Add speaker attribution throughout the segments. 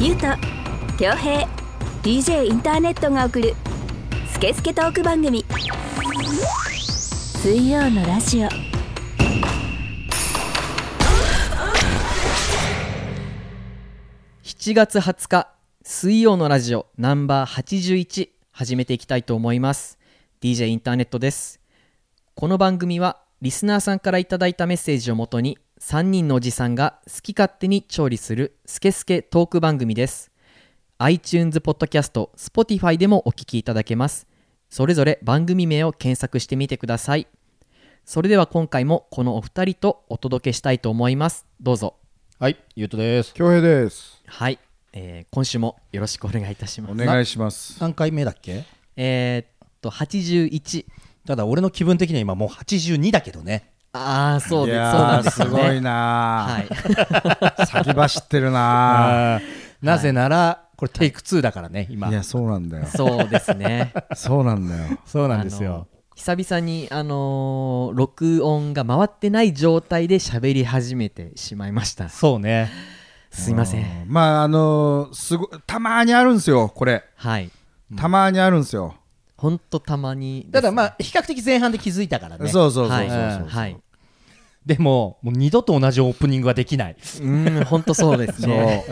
Speaker 1: ゆうと恭平 DJ インターネットが送る「スケスケトーク番組」水曜のラジオ
Speaker 2: 7月20日水曜のラジオナンバー81始めていきたいと思います DJ インターネットですこの番組はリスナーさんからいただいたメッセージをもとに3人のおじさんが好き勝手に調理するスケスケトーク番組です iTunes ポッドキャスト Spotify でもお聞きいただけますそれぞれ番組名を検索してみてくださいそれでは今回もこのお二人とお届けしたいと思いますどうぞ
Speaker 3: はい、ゆうとです。
Speaker 4: 恭平です。
Speaker 2: はい、えー今週もよろしくお願いいたします。
Speaker 4: お願いします。
Speaker 3: 3回目だっけ
Speaker 2: えーっと81
Speaker 3: ただ俺の気分的には今もう82だけどね。
Speaker 2: ああそう
Speaker 4: い
Speaker 2: ですそう
Speaker 4: や
Speaker 2: なん
Speaker 4: ー
Speaker 2: ですよね。
Speaker 4: すごいな
Speaker 2: はい、
Speaker 4: ー。先走ってるな
Speaker 3: なぜなら、これテイク2だからね、今
Speaker 4: ー。い。や、そうなんだよ。
Speaker 2: そうですね。
Speaker 4: そうなんだよ。
Speaker 3: そうなんですよ。
Speaker 2: あの。久々にあのー録音が回ってない状態で喋り始めてしまいました。
Speaker 3: そうね。
Speaker 2: すいません。
Speaker 4: うん。まあ、あのー、すごたまーにあるんですよ、これ。
Speaker 2: はい、
Speaker 4: たまーにあるんですよ。
Speaker 2: 本当たまに、
Speaker 3: ただまあ、比較的前半で気づいたから
Speaker 4: そう
Speaker 3: ね。
Speaker 4: そうそう
Speaker 2: は
Speaker 4: そう
Speaker 2: い
Speaker 4: そう。
Speaker 2: はい。
Speaker 3: でも、もう二度と同じオープニングはできない。
Speaker 2: うん本当そうです ね。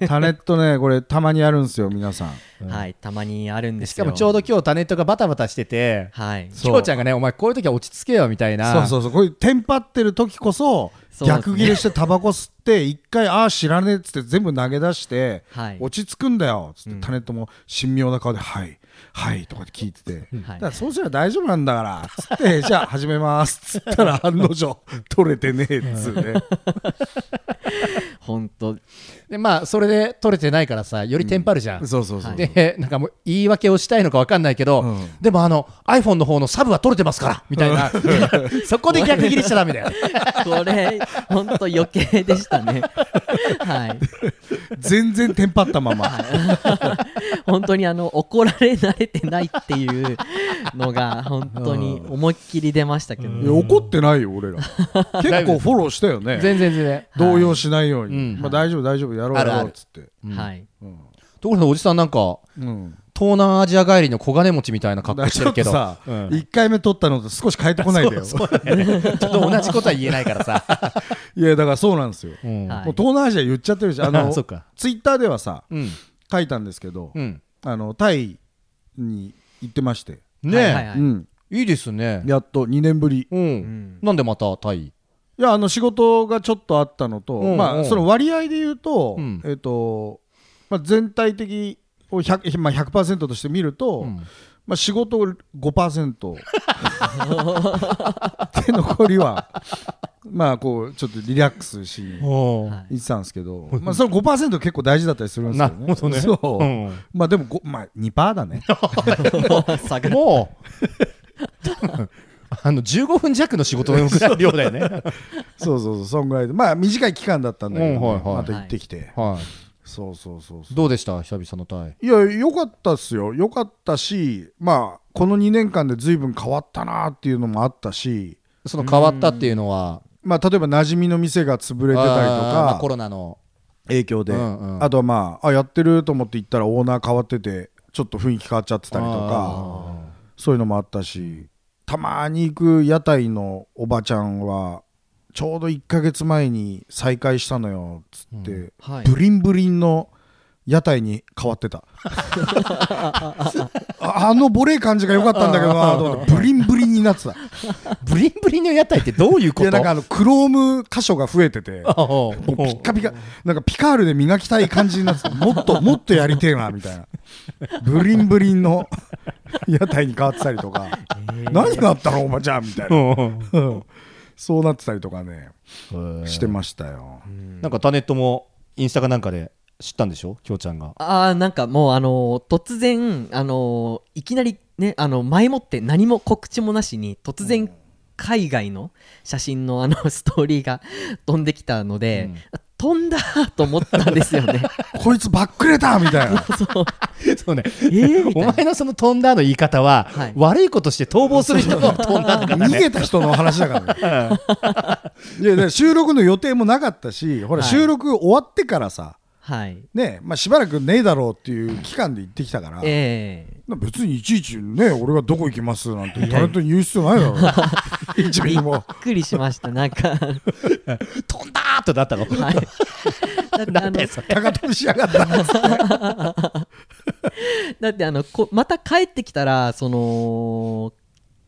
Speaker 3: うん
Speaker 4: タネットね、これ、たまにあるんですよ、皆さん。
Speaker 2: はいたまにあるんで
Speaker 3: し
Speaker 2: す
Speaker 3: か
Speaker 2: よ。
Speaker 3: もちょうど今日タネットがバタバタしてて、
Speaker 2: はい。
Speaker 3: きょうちゃんがね、お前こういう時は落ち着けよみたいな。
Speaker 4: そうそうそう。こういうテンパってる時こそ、
Speaker 2: そうですね
Speaker 4: 逆ギレしてタバコ吸って、一回、ああ、知らねえっつって全部投げ出して
Speaker 2: はい、
Speaker 4: 落ち着くんだよ。つって、タネットも神妙な顔で、はい、はい、とかって聞いてて。
Speaker 2: は
Speaker 4: だ
Speaker 2: い
Speaker 4: からそうすれば大丈夫なんだからつって じゃあ始めますつったら案の定取れてねえっつうね
Speaker 2: 本当
Speaker 3: で、まあ、それで取れてないからさ、よりテンパるじゃん。
Speaker 4: そうそうそう
Speaker 3: で、なんかもう言い訳をしたいのか分かんないけど、
Speaker 4: うん
Speaker 3: でもあの iPhone の方のサブは取れてますからみたいな、そこで逆切りしちゃだめだよ。
Speaker 2: これ、本当余計でしたね。はい。
Speaker 4: 全然テンパったまま
Speaker 2: 本当にあの、怒られ慣れてないっていうのが、本当に思いっきり出ましたけど、
Speaker 4: いや怒ってないよ俺ら結構フォローしたよね
Speaker 3: 全然全然。
Speaker 4: 動揺しないよう
Speaker 3: うん
Speaker 4: にまあ大丈夫大丈夫やろうや
Speaker 3: あるあ
Speaker 4: ろう
Speaker 3: る
Speaker 4: っつって
Speaker 2: はい。
Speaker 3: ところでおじさんなんか
Speaker 4: うん
Speaker 3: 東南アジア帰りの小金持ちみたいな格好して
Speaker 4: ちょ
Speaker 3: る
Speaker 4: っ
Speaker 3: け
Speaker 4: と
Speaker 3: ど、
Speaker 4: さ
Speaker 3: うん
Speaker 4: 1回目取ったのと少し変えてこない でよ
Speaker 3: ちょっと同じことは言えないからさ。
Speaker 4: いやだからそうなんですよ もう
Speaker 2: はい
Speaker 4: 東南アジア言っちゃってるし あの
Speaker 3: そっか
Speaker 4: ツイッターではさ
Speaker 3: うん
Speaker 4: 書いたんですけど
Speaker 3: うん
Speaker 4: あのタイに行ってまして
Speaker 3: ねえ、
Speaker 2: はい
Speaker 3: い
Speaker 2: はいはい
Speaker 4: うん
Speaker 3: い、ですね。
Speaker 4: やっと2年ぶり
Speaker 3: うん
Speaker 2: ん
Speaker 3: なんでまたタイ
Speaker 4: いやあの仕事がちょっとあったのと、
Speaker 3: うん
Speaker 4: ま
Speaker 3: う
Speaker 4: あ、
Speaker 3: ん
Speaker 4: その割合で言うと,、
Speaker 3: うん
Speaker 4: えっとまあ、全体的を 100%,、まあ、100%として見ると、
Speaker 3: ん
Speaker 4: まあ、仕事を5% で残りはまあこうちょっとリラックスしに行
Speaker 3: おー
Speaker 2: はい
Speaker 4: ってたんですけど、まあ、その5%結構大事だったりするんですよ
Speaker 3: な
Speaker 4: ね。
Speaker 3: るほどね
Speaker 4: そ
Speaker 3: う
Speaker 4: う
Speaker 3: ん
Speaker 4: まあ、でもご、まあ、2% だね
Speaker 2: 下が
Speaker 3: も うあの15分弱の仕事のぐらいの量だよね。
Speaker 4: そうそうそうそんぐらいで、まあ、短い期間だったんだけど、
Speaker 3: うんはいはい
Speaker 4: また行ってきて、
Speaker 3: は
Speaker 4: そうそうそうそう
Speaker 3: い、どうでした久々のタイ。
Speaker 4: いや良かったっすよ良かったしまあこの2年間で随分変わったなっていうのもあったし
Speaker 3: その変わったっていうのは、
Speaker 4: まあ例えば馴染みの店が潰れてたりと
Speaker 3: あーまあ
Speaker 4: か
Speaker 3: コロナの
Speaker 4: 影響で、
Speaker 3: うんうん
Speaker 4: あとはまああやってると思って行ったらオーナー変わっててちょっと雰囲気変わっちゃってたりとかそういうのもあったしたまに行く屋台のおばちゃんはちょうど1ヶ月前に再会したのよっつって、
Speaker 2: はい
Speaker 4: ブリンブリンの屋台に変わってた ああのボレー感じが良かったんだけどなと思ってブリンブリンになってた
Speaker 3: ブリンブリンの屋台ってどういうこ
Speaker 4: い
Speaker 3: と
Speaker 4: やなんかあのクローム箇所が増えてて
Speaker 3: あおう
Speaker 4: もうピッカピカなんかピカールで磨きたい感じになってたもっともっとやりてえなみたいなブリンブリ ンの屋台に変わってたりとか、何があったのおばちゃんみたいな、うんそうなってたりとかねしてましたよ、
Speaker 3: なんかタネットもインスタかなんかで知ったんでしょきょうち ゃんが
Speaker 2: ああ、なんかもう、あのー突然、あのーいきなりね、あの、前もって何も告知もなしに、突然、海外の写真のあの、ストーリーが飛んできたので、飛んだと思ったんですよね
Speaker 4: こいつばっくれたみたいな。
Speaker 3: そうね。
Speaker 2: えーみ
Speaker 3: お
Speaker 2: たいな
Speaker 3: 前のその飛んだの言い方は、
Speaker 2: はい
Speaker 3: 悪いことして逃亡する人の飛んだだから
Speaker 4: 逃
Speaker 3: ね。
Speaker 4: げた人の話だから ね。いや、だから収録の予定もなかったし、ほら、
Speaker 2: はい
Speaker 4: 収録終わってからさ、
Speaker 2: はい
Speaker 4: ね、まあ、しばらくねえだろうっていう期間で行ってきたから、
Speaker 2: え
Speaker 4: 別にいちいちね、俺がどこ行きますなんてタレントに言う必要ないだろう。一
Speaker 2: え
Speaker 4: ミリも。
Speaker 2: びっくりしましたなん かはい
Speaker 3: 飛んだーとなったの。
Speaker 2: だってあ
Speaker 3: な
Speaker 2: の
Speaker 3: んだよそれ
Speaker 4: 高飛びしやがっ た。
Speaker 2: だってあのこまた帰ってきたらその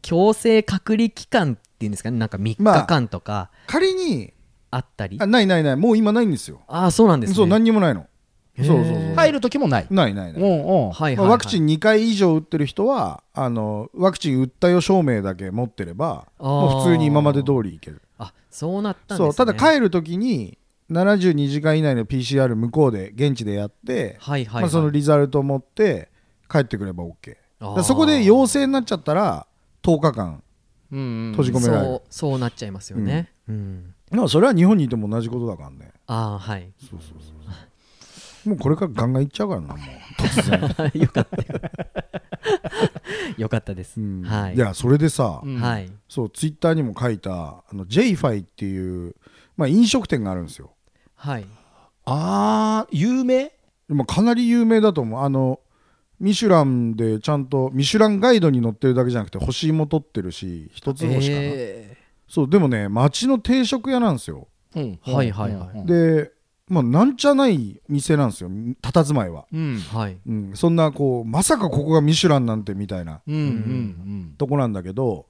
Speaker 2: 強制隔離期間っていうんですかねなんか3
Speaker 4: まあ
Speaker 2: 日間とか
Speaker 4: 仮に、
Speaker 2: あったり、
Speaker 4: あないないない、もう今ないんですよ。
Speaker 2: ああそうなんですね
Speaker 4: そう、何にもないの。
Speaker 2: へー
Speaker 4: そうそうそう。
Speaker 3: 入る時もない。
Speaker 4: ないない
Speaker 3: うん
Speaker 4: ない。
Speaker 3: うん。
Speaker 2: はいはい
Speaker 4: ま
Speaker 2: はい
Speaker 4: あワクチン2回以上打ってる人はあのワクチン打ったよ証明だけ持ってれば
Speaker 2: あー
Speaker 4: もう普通に今まで通りいける
Speaker 2: あそうなったんです、ね、
Speaker 4: そうただ帰るときに72時間以内の PCR 向こうで現地でやって、
Speaker 2: はいはいはい
Speaker 4: まあ、そのリザルトを持って帰ってくれば
Speaker 2: あ
Speaker 4: OK
Speaker 2: ー
Speaker 4: だからそこで陽性になっちゃったら10日間
Speaker 3: うん
Speaker 4: 閉じ込めら
Speaker 2: そ
Speaker 4: れる
Speaker 2: うそうなっちゃいますよね、うん
Speaker 4: まあそれは日本にいても同じことだからね
Speaker 2: ああはい
Speaker 4: もうこれからガンガンいっちゃうからなもう 突然、
Speaker 2: よかったよよかったです、
Speaker 4: うん
Speaker 2: はい
Speaker 4: いやそれでさ、
Speaker 3: うん
Speaker 2: はい
Speaker 4: そうツイッターにも書いたあの JFI っていう、まあ、飲食店があるんですよ
Speaker 2: はい
Speaker 3: ああ、有名
Speaker 4: まあかなり有名だと思うあのミシュランでちゃんとミシュランガイドに載ってるだけじゃなくて星も取ってるし一つ星かな、
Speaker 2: え
Speaker 4: そうでもね町の定食屋なんですよ、
Speaker 3: うん
Speaker 2: はいはいはい
Speaker 3: うん
Speaker 4: でまあなんちゃない店なんですよ佇まいは、
Speaker 3: うん。
Speaker 2: ーはい
Speaker 4: うん、そんなこうまさかここがミシュランなんてみたいな
Speaker 3: うんうん
Speaker 4: とこなんだけど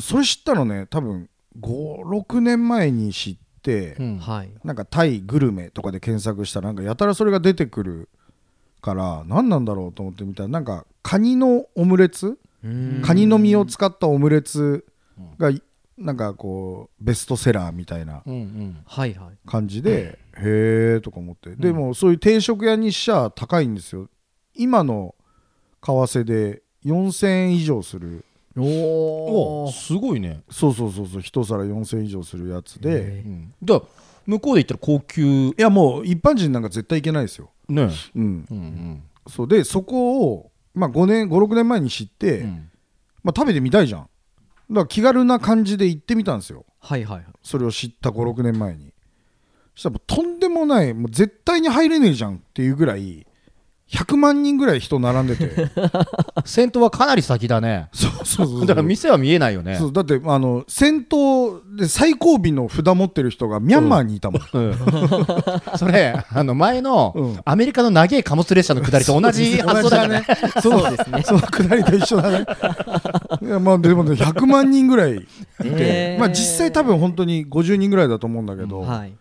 Speaker 4: それ知ったのね多分56年前に知って、
Speaker 3: うん。
Speaker 2: はい
Speaker 4: なんかタイグルメとかで検索したらなんかやたらそれが出てくるから何なんだろうと思ってみたらなんかカニのオムレツ
Speaker 2: うーん
Speaker 4: カニの身を使ったオムレツがなんかこうベストセラーみたいな
Speaker 3: うんうん。
Speaker 2: はいはい
Speaker 4: 感じでへえとか思ってでもそういう定食屋にしちゃ高いんですよ今の為替で4000円以上する
Speaker 2: お
Speaker 3: お
Speaker 2: お
Speaker 3: ーすごいね。
Speaker 4: そうそうそうそう一皿4000円以上するやつで
Speaker 3: うんじゃあ、向こうで言ったら高級。
Speaker 4: いやもう一般人なんか絶対いけないですよ
Speaker 3: ね。
Speaker 4: うん
Speaker 3: うん
Speaker 4: そうでそこを、まあ、5年56年前に知って、
Speaker 3: うん。
Speaker 4: まあ、食べてみたいじゃんだから気軽な感じで行ってみたんですよ
Speaker 2: はいはいはい
Speaker 4: それを知った56年前にそしたらもうとんでもないもう絶対に入れねえじゃんっていうぐらい100万人ぐらい人並んでて
Speaker 3: 戦闘はかなり先だね。
Speaker 4: そうそう そう
Speaker 3: だから店は見えないよね。
Speaker 4: そうだってあの先頭で最後尾の札持ってる人がミャンマーにいたもん、
Speaker 3: それ、あの前
Speaker 4: う
Speaker 3: の
Speaker 4: ん
Speaker 3: アメリカの長い貨物列車の下りと同じ発想だよね。
Speaker 4: ねそうですねそのくだりと一緒だねいやまあでもね100万人ぐらい
Speaker 2: えー
Speaker 4: まあ、実際多分本当に50人ぐらいだと思うんだけど、
Speaker 2: はい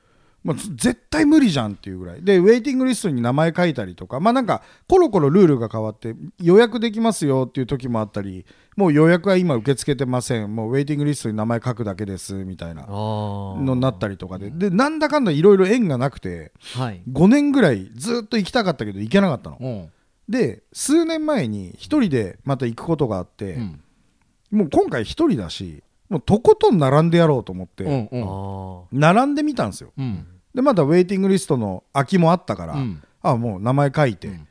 Speaker 4: まあ、ず絶対無理じゃんっていうぐらいでウェイティングリストに名前書いたりとかまあなんかコロコロルールが変わって予約できますよっていう時もあったりもう予約は今受け付けてませんもうウェイティングリストに名前書くだけですみたいな
Speaker 2: ああ
Speaker 4: のになったりとかででなんだかんだいろいろ縁がなくて
Speaker 2: はい
Speaker 4: 5年ぐらいずっと行きたかったけど行けなかったの
Speaker 3: うん
Speaker 4: で数年前に一人でまた行くことがあって、
Speaker 3: うん
Speaker 4: もう今回一人だしもうとことん並んでやろうと思って、
Speaker 3: うん
Speaker 2: あ
Speaker 3: うん
Speaker 2: ー
Speaker 4: 並んでみたんですよ
Speaker 3: うん
Speaker 4: でまだウェイティングリストの空きもあったから、
Speaker 3: うん
Speaker 4: あもう名前書いて、
Speaker 3: ん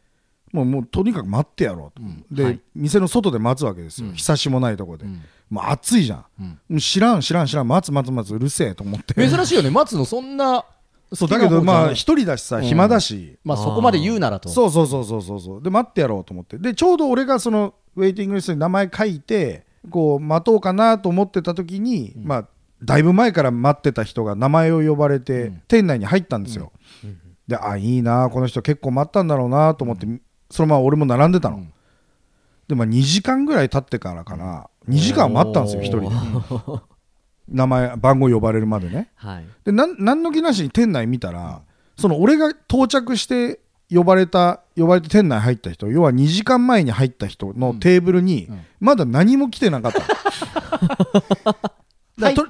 Speaker 4: もうもうとにかく待ってやろうと、
Speaker 3: ん
Speaker 4: で、
Speaker 2: はい
Speaker 4: 店の外で待つわけですよ、日差しもないとこで、
Speaker 3: ん
Speaker 4: もう暑いじゃん、
Speaker 3: うん
Speaker 4: もう知らん知らん知らん待つ待つ待つうるせえと思っ て
Speaker 3: 珍しいよね、松野、そんな、
Speaker 4: そうだけ
Speaker 3: 好きな方じゃ
Speaker 4: どま
Speaker 3: な
Speaker 4: あ
Speaker 3: い
Speaker 4: 一人だしさ、
Speaker 3: うん
Speaker 4: 暇だし
Speaker 3: まあそこまで言うならと。
Speaker 4: そうそうそうそうそうそうで待ってやろうと思ってでちょうど俺がそのウェイティングリストに名前書いてこう待とうかなと思ってた時に、まあだいぶ前から待ってた人が名前を呼ばれて、店内に入ったんですよ、であいいなこの人結構待ったんだろうなと思って、そのまま俺も並んでたの、
Speaker 3: うん
Speaker 4: でまあ2時間ぐらい経ってからかな2時間待ったんですよ
Speaker 2: お
Speaker 4: 1
Speaker 2: ー
Speaker 4: 人で名前番号呼ばれるまでね、
Speaker 2: はい
Speaker 4: でなん何の気なしに店内見たら、その俺が到着して呼ばれた呼ばれて店内入った人要は2時間前に入った人のテーブルに、まだ何も来 てなかっただ
Speaker 3: 入ったはいいけどね
Speaker 4: からと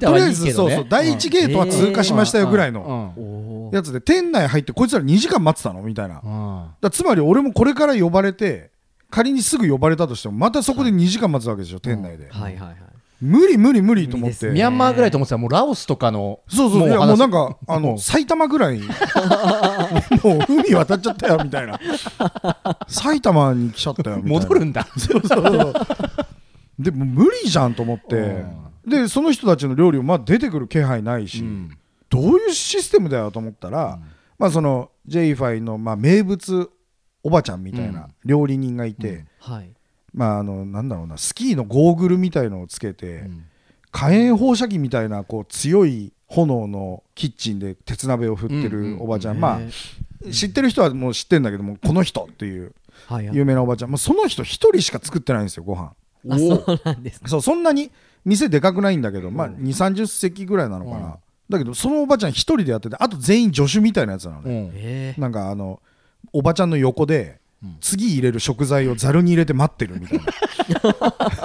Speaker 4: とりあえずそうそう第1ゲートは通過しましたよぐらいの
Speaker 3: うん
Speaker 2: おー
Speaker 4: やつで店内入ってこいつら2時間待ってたのみたいなだか
Speaker 3: うん
Speaker 4: らつまり俺もこれから呼ばれて仮にすぐ呼ばれたとしてもまたそこで2時間待つわけでしょ店内で、
Speaker 2: はいはいはい
Speaker 4: 無理無理無理と思っ
Speaker 2: 無
Speaker 4: て。
Speaker 2: 理
Speaker 3: ミ
Speaker 2: ですね
Speaker 3: ャンマーぐらいと思ってたら、もうラオスとかの、
Speaker 4: そうそう、いや
Speaker 3: 話
Speaker 4: もうなんか、あ
Speaker 3: も
Speaker 4: の、
Speaker 3: う
Speaker 4: 埼玉ぐらい、も う海渡っちゃったよ、みたいな。埼玉に来ちゃったよ、みたいな。
Speaker 3: 戻るんだ。
Speaker 4: そうそうそう。でも無理じゃんと思って、で、その人たちの料理もまあ出てくる気配ないし、
Speaker 3: うん
Speaker 4: どういうシステムだよと思ったら、まあその J-FI のまあ名物おばちゃんみたいうなん料理人がいて、
Speaker 2: はい
Speaker 4: まああのなんだろうなスキーのゴーグルみたいのをつけて、
Speaker 3: ん
Speaker 4: 火炎放射器みたいなこう強い炎のキッチンで鉄鍋を振って
Speaker 3: うんうん
Speaker 4: る
Speaker 3: うん
Speaker 4: おばちゃん、
Speaker 2: えー
Speaker 4: まあ知ってる人はもう知ってるんだけどもこの人っていう
Speaker 2: はいはい
Speaker 4: 有名なおばちゃん、まあ、その人一人しか作ってないんですよご飯
Speaker 2: あそうなんです
Speaker 4: そうそんなに店でかくないんだけど、まあ、2 3 0席ぐらいなのかな、
Speaker 3: うん
Speaker 4: だけどそのおばちゃん一人でやっててあと全員助手みたいなやつなのね、
Speaker 3: うん
Speaker 2: えー
Speaker 4: なんかあのおばちゃんの横で次入れる食材をざるに入れて待ってるみたいな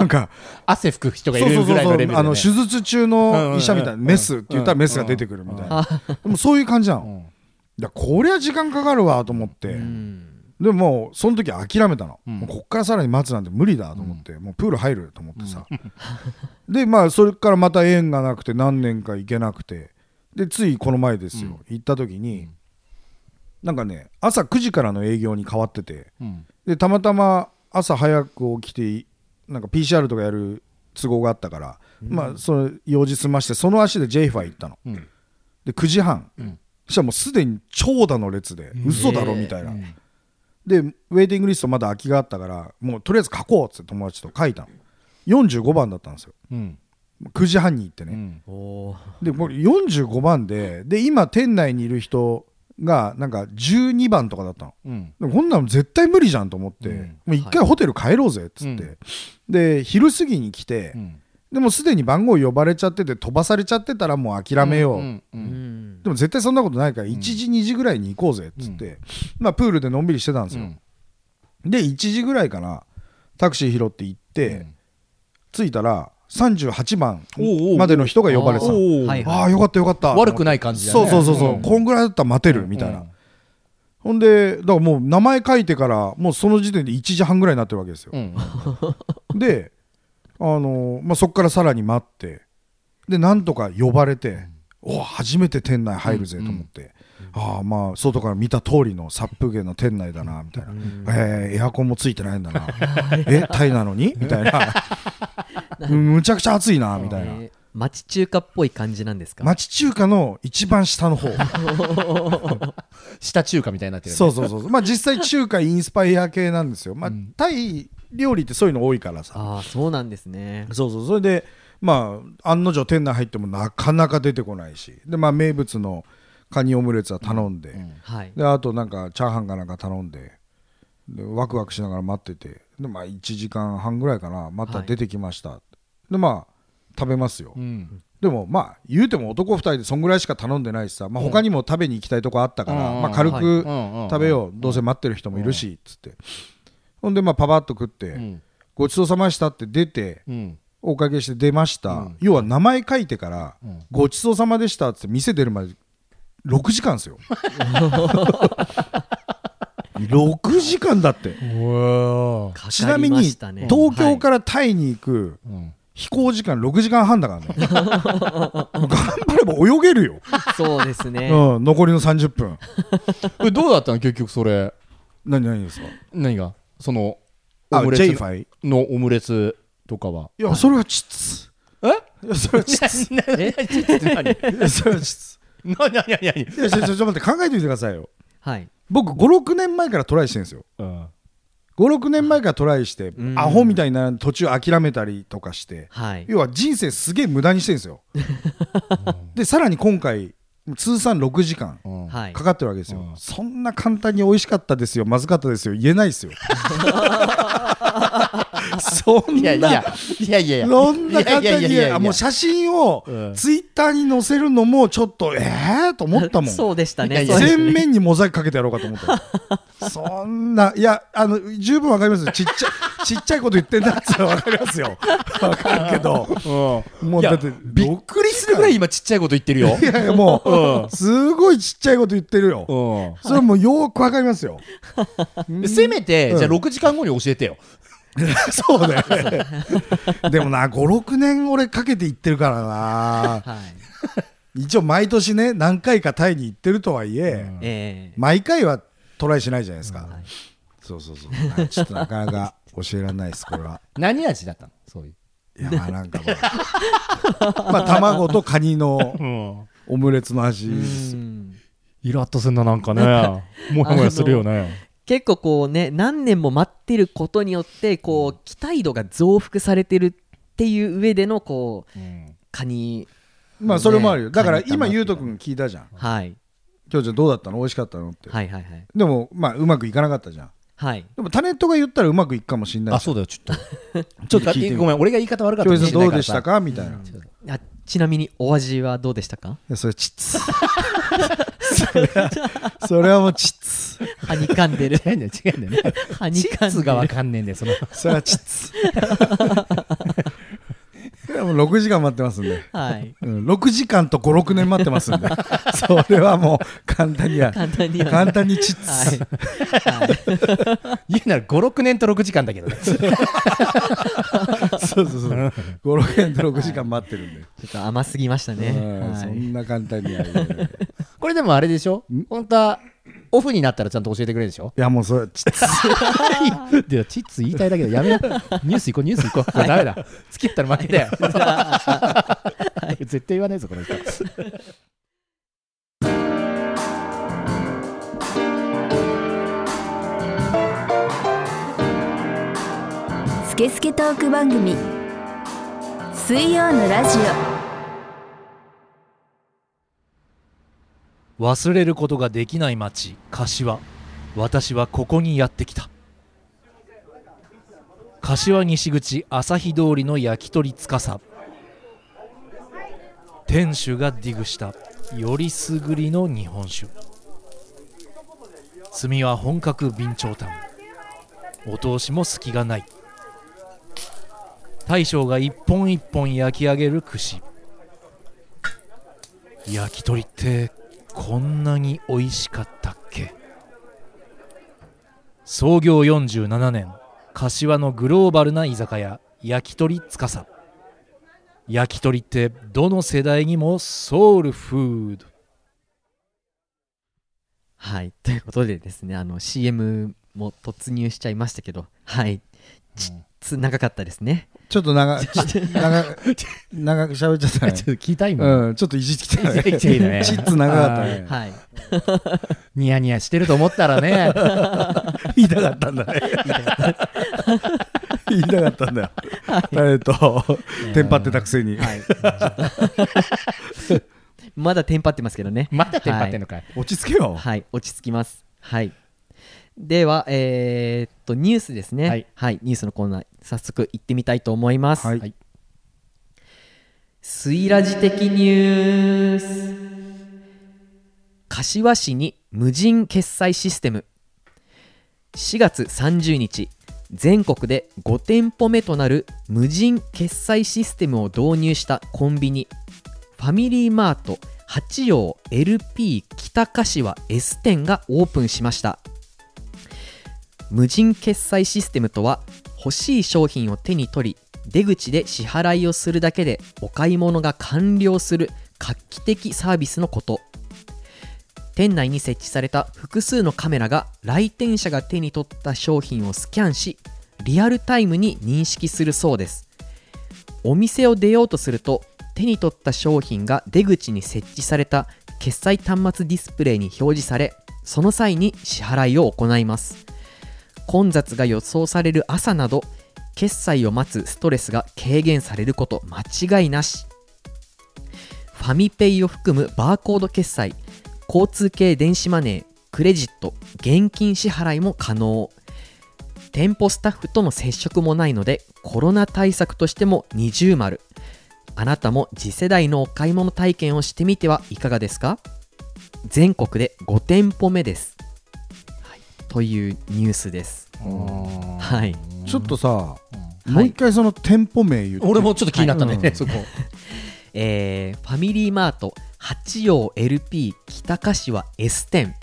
Speaker 4: なんか
Speaker 3: 汗拭く人がいるぐらいのレベルでね。
Speaker 4: あの手術中の医者みたいな、
Speaker 3: うんうんうん
Speaker 4: メスって言ったらメスが出てくるみたいな、でもそういう感じなの、
Speaker 3: う
Speaker 4: い
Speaker 3: ん
Speaker 4: やこりゃ時間かかるわと思って、
Speaker 2: うん
Speaker 4: でもうその時諦めたの、
Speaker 3: うん
Speaker 4: もうこっからさらに待つなんて無理だと思って、もうプール入ると思ってさ、 でまあそれからまた縁がなくて何年か行けなくてでついこの前ですよ、行った時に、なんかね朝9時からの営業に変わってて
Speaker 3: うん
Speaker 4: でたまたま朝早く起きてなんか PCR とかやる都合があったから、まあその用事済ましてその足で JFI 行ったの
Speaker 3: うん
Speaker 4: で9時半、
Speaker 3: うん
Speaker 4: そしたらもうすでに長蛇の列で、嘘だろみたいな、でウェイティングリストまだ空きがあったからもうとりあえず書こうっつって友達と書いたの45番だったんですよ
Speaker 3: うん
Speaker 4: 9時半に行って
Speaker 3: う
Speaker 4: ね、
Speaker 3: ん
Speaker 2: おー
Speaker 4: でこれ45番でで今店内にいる人がなんか12番とかだったの
Speaker 3: うん
Speaker 4: でもこんなの絶対無理じゃんと思って、
Speaker 3: うん
Speaker 4: もう一回ホテル帰ろうぜっつって、
Speaker 3: うん
Speaker 4: で昼過ぎに来て、
Speaker 3: うん
Speaker 4: でもうすでに番号呼ばれちゃってて飛ばされちゃってたらもう諦めよう、
Speaker 3: んう
Speaker 2: うんん
Speaker 4: でも絶対そんなことないから1時2時ぐらいに行こうぜっつって、まあ、プールでのんびりしてたんですよ、で1時ぐらいかなタクシー拾って行って、
Speaker 3: うん
Speaker 4: 着いたら38番
Speaker 3: おうおう
Speaker 4: までの人が呼ばれてた
Speaker 2: お
Speaker 4: の
Speaker 2: ーはい
Speaker 4: ああよかったよかった
Speaker 3: 悪くない感じだね
Speaker 4: そうそうそうそう、
Speaker 3: ん
Speaker 4: こんぐらいだったら待てるみたいな、
Speaker 3: うん
Speaker 4: ほんでだからもう名前書いてからもうその時点で1時半ぐらいになってるわ けですよ、
Speaker 3: うん
Speaker 4: で、あのーまあ、そこからさらに待ってでなんとか呼ばれて、お初めて店内入るぜと思って、ああまあ外から見た通りの殺風景の店内だなみたいな、えーエアコンもついてないん だなえタイなのにみたいなうんむちゃくちゃ暑いなみたいな、
Speaker 2: えー町中華っぽい感じなんですか
Speaker 4: 町中華の一番下の方
Speaker 3: 下中華みたいになってる
Speaker 4: そうそうそうそうまあ実際中華インスパイア系なんですよ、まあ、タイ料理ってそういうの多いからさ
Speaker 2: ああそうなんですね
Speaker 4: そうそうそれでまあ案の定店内入ってもなかなか出てこないしで、まあ、名物のカニオムレツは頼んで,、
Speaker 2: はい
Speaker 4: であとなんかチャーハンかなんか頼んででワクワクしながら待っててで、まあ、1時間半ぐらいかなまた
Speaker 2: はい
Speaker 4: 出てきました、でまあ食べますよ、
Speaker 3: うん
Speaker 4: でもまあ言うても男2人でそんぐらいしか頼んでないしさ、まあ、他にも食べに行きたいとこあったから、
Speaker 3: うん
Speaker 4: まあ、軽
Speaker 2: は
Speaker 4: く
Speaker 2: い
Speaker 4: 食べよう、どうせ待ってる人もいるしっつって、ほんでまあパパッと食って、
Speaker 3: うん
Speaker 4: ごちそうさましたって出て、
Speaker 3: うん
Speaker 4: おかげして出ました、
Speaker 3: うん
Speaker 4: 要は名前書いてから、
Speaker 3: うん
Speaker 4: ごちそうさまでしたって店出るまで6時間で すよ6時間だって
Speaker 3: うわー
Speaker 2: かかりま
Speaker 4: ちなみに
Speaker 2: したね
Speaker 4: 東京
Speaker 2: は
Speaker 4: からタイに行く
Speaker 3: うん
Speaker 4: 飛行時間6時間半だからね 頑張れば泳げるよ、
Speaker 2: いそうですね
Speaker 4: うん、残りの30分
Speaker 3: えどうだったの結局それ
Speaker 4: 何何ですか
Speaker 3: 何がその
Speaker 4: あ
Speaker 3: オムレツ
Speaker 4: J ファイ
Speaker 3: のオムレツとかはい
Speaker 4: やそれはちつ
Speaker 3: え
Speaker 4: いやそれはちつ
Speaker 2: え
Speaker 4: いやそれはちつ
Speaker 3: 何何何何
Speaker 4: いやちょちょちょ待って考えてみてくださいよ
Speaker 2: はい
Speaker 4: 僕56年前からトライしてるんですよ
Speaker 3: うん
Speaker 4: 56年前からトライして、
Speaker 2: ん
Speaker 4: アホみたいにならん途中諦めたりとかして、
Speaker 2: はい
Speaker 4: 要は人生すげえ無駄にして るんですよでさらに今回通算6時間
Speaker 3: うん
Speaker 2: はい
Speaker 4: かかってるわけですよ、
Speaker 3: うん
Speaker 4: そんな簡単に美味しかったですよまずかったですよ言えないですよそん
Speaker 3: いや
Speaker 4: ない
Speaker 3: やいやいやいや
Speaker 4: そんな簡
Speaker 3: いやいやいやい
Speaker 4: 単に言えない
Speaker 3: や
Speaker 4: あもう写真を
Speaker 3: うん
Speaker 4: ツイッターに載せるのもちょっとええー、と思 った もん
Speaker 2: そうでしたね
Speaker 3: いや
Speaker 2: そうです
Speaker 4: 全面にモザイクかけてやろうかと思った。そんな、いや、あの、十分わかりますよ。ちっちゃい、 ちっちゃいこと言ってんだってわかりますよ。わかるけど。
Speaker 3: うん
Speaker 4: もう
Speaker 3: いや
Speaker 4: だって
Speaker 3: びっくりするぐらい今ちっちゃいこと言ってるよ
Speaker 4: いやいや、も
Speaker 3: う
Speaker 4: う、すごいちっちゃいこと言ってるよ。
Speaker 3: う
Speaker 4: それもうよーくわかりますよ。
Speaker 3: んせめて
Speaker 4: うん
Speaker 3: じゃあ6時間後に教えてよ
Speaker 4: そうだよねでもな56年俺かけて行ってるからな
Speaker 2: はい。
Speaker 4: 一応毎年ね何回かタイに行ってるとはいえ、
Speaker 3: うん
Speaker 2: ええ
Speaker 4: 毎回はトライしないじゃないですか、
Speaker 2: はい
Speaker 4: そうそうそうちょっとなかなか教えられないですこれは
Speaker 3: 何味だったのそういう。
Speaker 4: いやまあなんかまあまあ卵とカニの
Speaker 3: うん。
Speaker 4: オムレツの味
Speaker 2: う
Speaker 4: です
Speaker 2: ん
Speaker 3: イラッとすんな、なんかね。もやもやするよね。
Speaker 2: 結構こうね何年も待ってることによってこう期待度が増幅されてるっていう上でのこう
Speaker 3: うん
Speaker 2: カニ
Speaker 4: まあそれもあるよ
Speaker 2: ね
Speaker 4: だから
Speaker 2: カニ玉
Speaker 4: 今ゆうとくん聞いたじゃん
Speaker 2: はい
Speaker 4: 「きょうちゃんどうだったの美味しかったの?」って、
Speaker 2: はいはいはい
Speaker 4: でもまあうまくいかなかったじゃん
Speaker 2: はい
Speaker 4: でもタネットが言ったらうまくいくかもしれない
Speaker 3: あ、
Speaker 4: じ
Speaker 3: そ
Speaker 4: ゃん
Speaker 3: うだよ、ちょっ
Speaker 4: ちょ
Speaker 3: と。
Speaker 4: っと聞いてみ
Speaker 3: ごめん、俺が言い方悪かった
Speaker 4: 京
Speaker 3: か
Speaker 4: 平
Speaker 3: もしれないう
Speaker 4: さんど
Speaker 3: ら
Speaker 4: で
Speaker 3: さ
Speaker 4: したかみたいな、い
Speaker 2: あちなみにお味はどうでしたか
Speaker 4: やそれチッツそれはもうチッツ
Speaker 2: はにかんでる
Speaker 3: 違うんだよ、違うんだよね。
Speaker 2: はに
Speaker 3: チ
Speaker 2: か
Speaker 3: ッ
Speaker 2: ん
Speaker 3: ツ
Speaker 2: で
Speaker 3: がわ
Speaker 2: る
Speaker 3: かんねえんだよ、その。
Speaker 4: それはチッ ツいやもう6時間待ってますんで
Speaker 2: はい
Speaker 4: うん、6時間と56年待ってますんでそれはもう簡単には
Speaker 2: 簡単には
Speaker 4: 簡単にチッツ、
Speaker 2: はい
Speaker 3: 言うなら5、6年と6時間だけどね。
Speaker 4: そうそうそう56年と6時間待ってるんで、
Speaker 2: ちょっと甘すぎましたね
Speaker 4: うん
Speaker 2: は
Speaker 4: そ
Speaker 2: い
Speaker 4: んな簡単にはいかないい
Speaker 3: これでもあれでしょ本当は、オフになったらちゃんと教えてくれるでし ょ
Speaker 4: やもうそれチッツ
Speaker 3: いや、チッツ言いたいだけど、やめな。ニュース行こう、ニュース行こう。これダメだ。付き合ったら負けだよ。 絶対言わないぞ、この人。
Speaker 1: スケスケトーク番組水曜のラジオ
Speaker 5: 忘れることができない町柏私はここにやってきた柏西口朝日通りの焼き鳥司店主がディグしたよりすぐりの日本酒炭は本格備長炭お通しも隙がない大将が一本一本焼き上げる串焼き鳥ってこんなに美味しかったっけ創業47年柏のグローバルな居酒屋焼き鳥つかさ焼き鳥ってどの世代にもソウルフード
Speaker 2: はいということでですねあの CM も突入しちゃいましたけどはいちつ長かったですね
Speaker 4: ちょっと長ち長長く喋っちゃった ね
Speaker 3: ちょっと聞いた今。
Speaker 4: うん、ちょっといじってきたね
Speaker 3: いじってきたね
Speaker 4: チッツ長かったね
Speaker 2: はい
Speaker 3: ニヤニヤしてると思ったらね。
Speaker 4: 言いたかったんだね言いたかったんだよ誰とテンパってたくせに
Speaker 2: はい。 まだテンパってますけどね。
Speaker 3: まだテンパってんのかい。
Speaker 4: 落ち着けよ
Speaker 2: はい、落ち着きます。はい。では、えーっと、ニュースですね。は
Speaker 3: はいい、
Speaker 2: ニュースのコーナー、早速行ってみたいと思います。
Speaker 4: はい
Speaker 2: スイラジ的ニュース。柏市に無人決済システム。4月30日、全国で5店舗目となる無人決済システムを導入したコンビニ、ファミリーマート八葉 LP 北柏 S 店がオープンしました。無人決済システムとは欲しい商品を手に取り出口で支払いをするだけでお買い物が完了する画期的サービスのこと店内に設置された複数のカメラが来店者が手に取った商品をスキャンしリアルタイムに認識するそうですお店を出ようとすると手に取った商品が出口に設置された決済端末ディスプレイに表示されその際に支払いを行います混雑が予想される朝など決済を待つストレスが軽減されること間違いなしファミペイを含むバーコード決済交通系電子マネークレジット現金支払いも可能店舗スタッフとの接触もないのでコロナ対策としても二重丸あなたも次世代のお買い物体験をしてみてはいかがですか全国で5店舗目です、はい、というニュースですはい。
Speaker 4: ちょっとさ
Speaker 2: うん
Speaker 4: もう一回その店舗名言って
Speaker 3: 俺もちょっと気になった
Speaker 4: はいう
Speaker 3: ね、
Speaker 4: ん
Speaker 3: そこ。
Speaker 2: えーファミリーマート八葉 LP 北柏 S 店。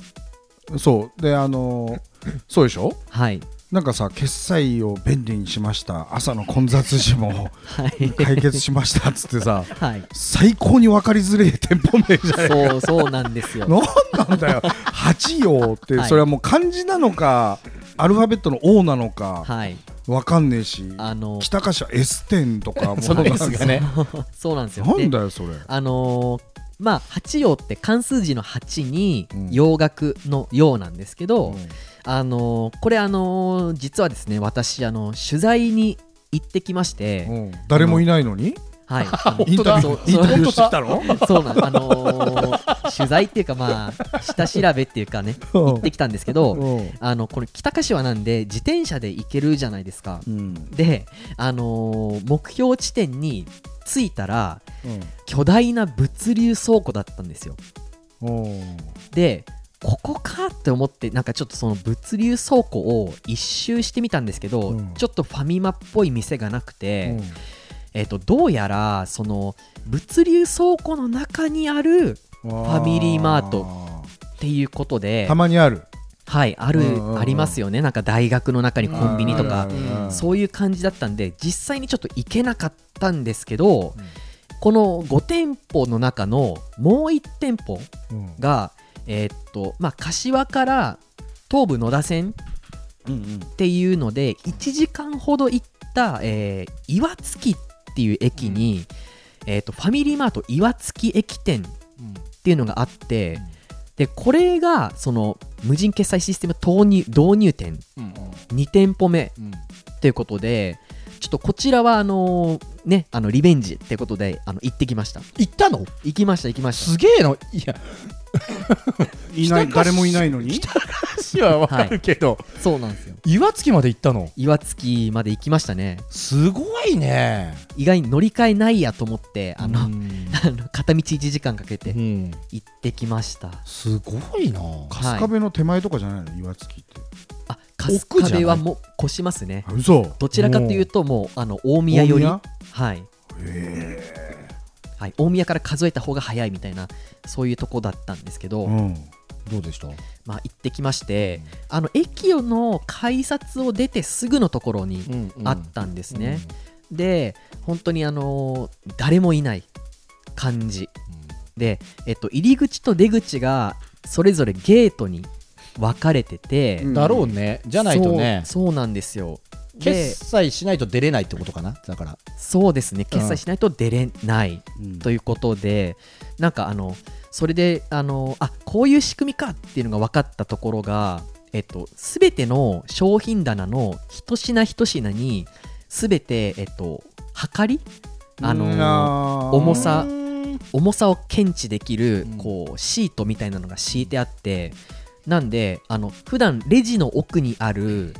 Speaker 4: そうであのーそうでしょ
Speaker 2: はい。
Speaker 4: なんかさ決済を便利にしました朝の混雑時も
Speaker 2: はい
Speaker 4: 解決しましたっつってさ
Speaker 2: はい
Speaker 4: 最高に分かりづれえ店舗名じゃない
Speaker 2: そうそうなんです よ
Speaker 4: なんなんだよ8よって
Speaker 2: はい
Speaker 4: それはもう漢字なのかアルファベットの O なのか
Speaker 2: はい
Speaker 4: 分かんねえし
Speaker 2: あの
Speaker 4: 北柏 S 店 とかも
Speaker 3: そう
Speaker 4: なん
Speaker 3: で
Speaker 4: か
Speaker 3: すがね。
Speaker 2: そうなんですよ
Speaker 4: なん
Speaker 2: で
Speaker 4: だよそれ
Speaker 2: あのーまあ八葉って漢数字の八に
Speaker 4: うん
Speaker 2: 洋楽の洋なんですけど、
Speaker 4: うん
Speaker 2: あのーこれあのー実はですね私あの取材に行ってきまして、
Speaker 4: うん誰もいないのに
Speaker 2: はいあの
Speaker 4: インタビ
Speaker 2: そ
Speaker 4: ュ
Speaker 2: う
Speaker 4: ーイン
Speaker 2: そう
Speaker 4: タビューしてきたの
Speaker 2: そうなんあのー取材っていうかまあ下調べっていうかね
Speaker 4: うん
Speaker 2: 行ってきたんですけど
Speaker 4: うん
Speaker 2: あのこれ北柏なんで自転車で行けるじゃないですか
Speaker 4: うん
Speaker 2: であのー目標地点に着いたら
Speaker 4: うん
Speaker 2: 巨大な物流倉庫だったんですよ
Speaker 4: うん
Speaker 2: でここかって思ってなんかちょっとその物流倉庫を一周してみたんですけど、
Speaker 4: うん
Speaker 2: ちょっとファミマっぽい店がなくて、えっとどうやらその物流倉庫の中にある
Speaker 4: フ
Speaker 2: ァミリーマートっていうことで
Speaker 4: たまにある
Speaker 2: はいある、
Speaker 4: うんうんうん
Speaker 2: ありますよねなんか大学の中にコンビニとか、
Speaker 4: うん
Speaker 2: そういう感じだったんで実際にちょっと行けなかったんですけど、この5店舗の中のもう1店舗
Speaker 4: うん
Speaker 2: が、えーっとまあ、柏から東武野田線っていうので1時間ほど行った、えー岩槻っていう駅に、えーっとファミリーマート岩槻駅店っていうのがあって、でこれがその無人決済システム投入導入店2店舗目ということでちょっとこちらはあのーねあのリベンジってことであの行ってきました
Speaker 3: 行ったの
Speaker 2: 行きました行きまし
Speaker 3: すげえの。いや、
Speaker 4: いない誰もいないのに
Speaker 3: 話はわかるけど、
Speaker 2: たそうなんですよ
Speaker 3: 岩槻まで行ったの。
Speaker 2: 岩槻まで行きましたね
Speaker 3: すごいね。
Speaker 2: 意外に乗り換えないやと思ってあの、
Speaker 3: うん
Speaker 2: あの片道1時間かけ
Speaker 3: う
Speaker 2: て
Speaker 3: ん
Speaker 2: 行ってきました、
Speaker 3: すごいな。
Speaker 4: 春日部の手前とかじゃないの岩槻って
Speaker 2: あ春
Speaker 3: 奥じ
Speaker 2: 日
Speaker 3: ゃない
Speaker 2: 部はもう越しますね
Speaker 4: 嘘
Speaker 2: どちらかというともうあの大宮寄りはいはい、大宮から数えた方が早いみたいなそういうとこだったんですけど、
Speaker 4: うん
Speaker 3: どうでした
Speaker 2: まあ、行ってきましてあの駅の改札を出てすぐのところにあったんですね、で本当にあのー誰もいない感じで、えっと、入り口と出口がそれぞれゲートに分かれてて、
Speaker 4: うん
Speaker 3: だろうね。じゃないとね、
Speaker 2: そうそうなんですよで
Speaker 3: 決済しないと出れないってことかな。だから。
Speaker 2: そうですね決済しないと出れないということで、なんかあのそれであのあこういう仕組みかっていうのが分かったところが、えっと、全ての商品棚の一品一品に全て、えっと、量りあの重さ重さを検知できる
Speaker 3: うん
Speaker 2: こうシートみたいなのが敷いてあってなんであの普段レジの奥にある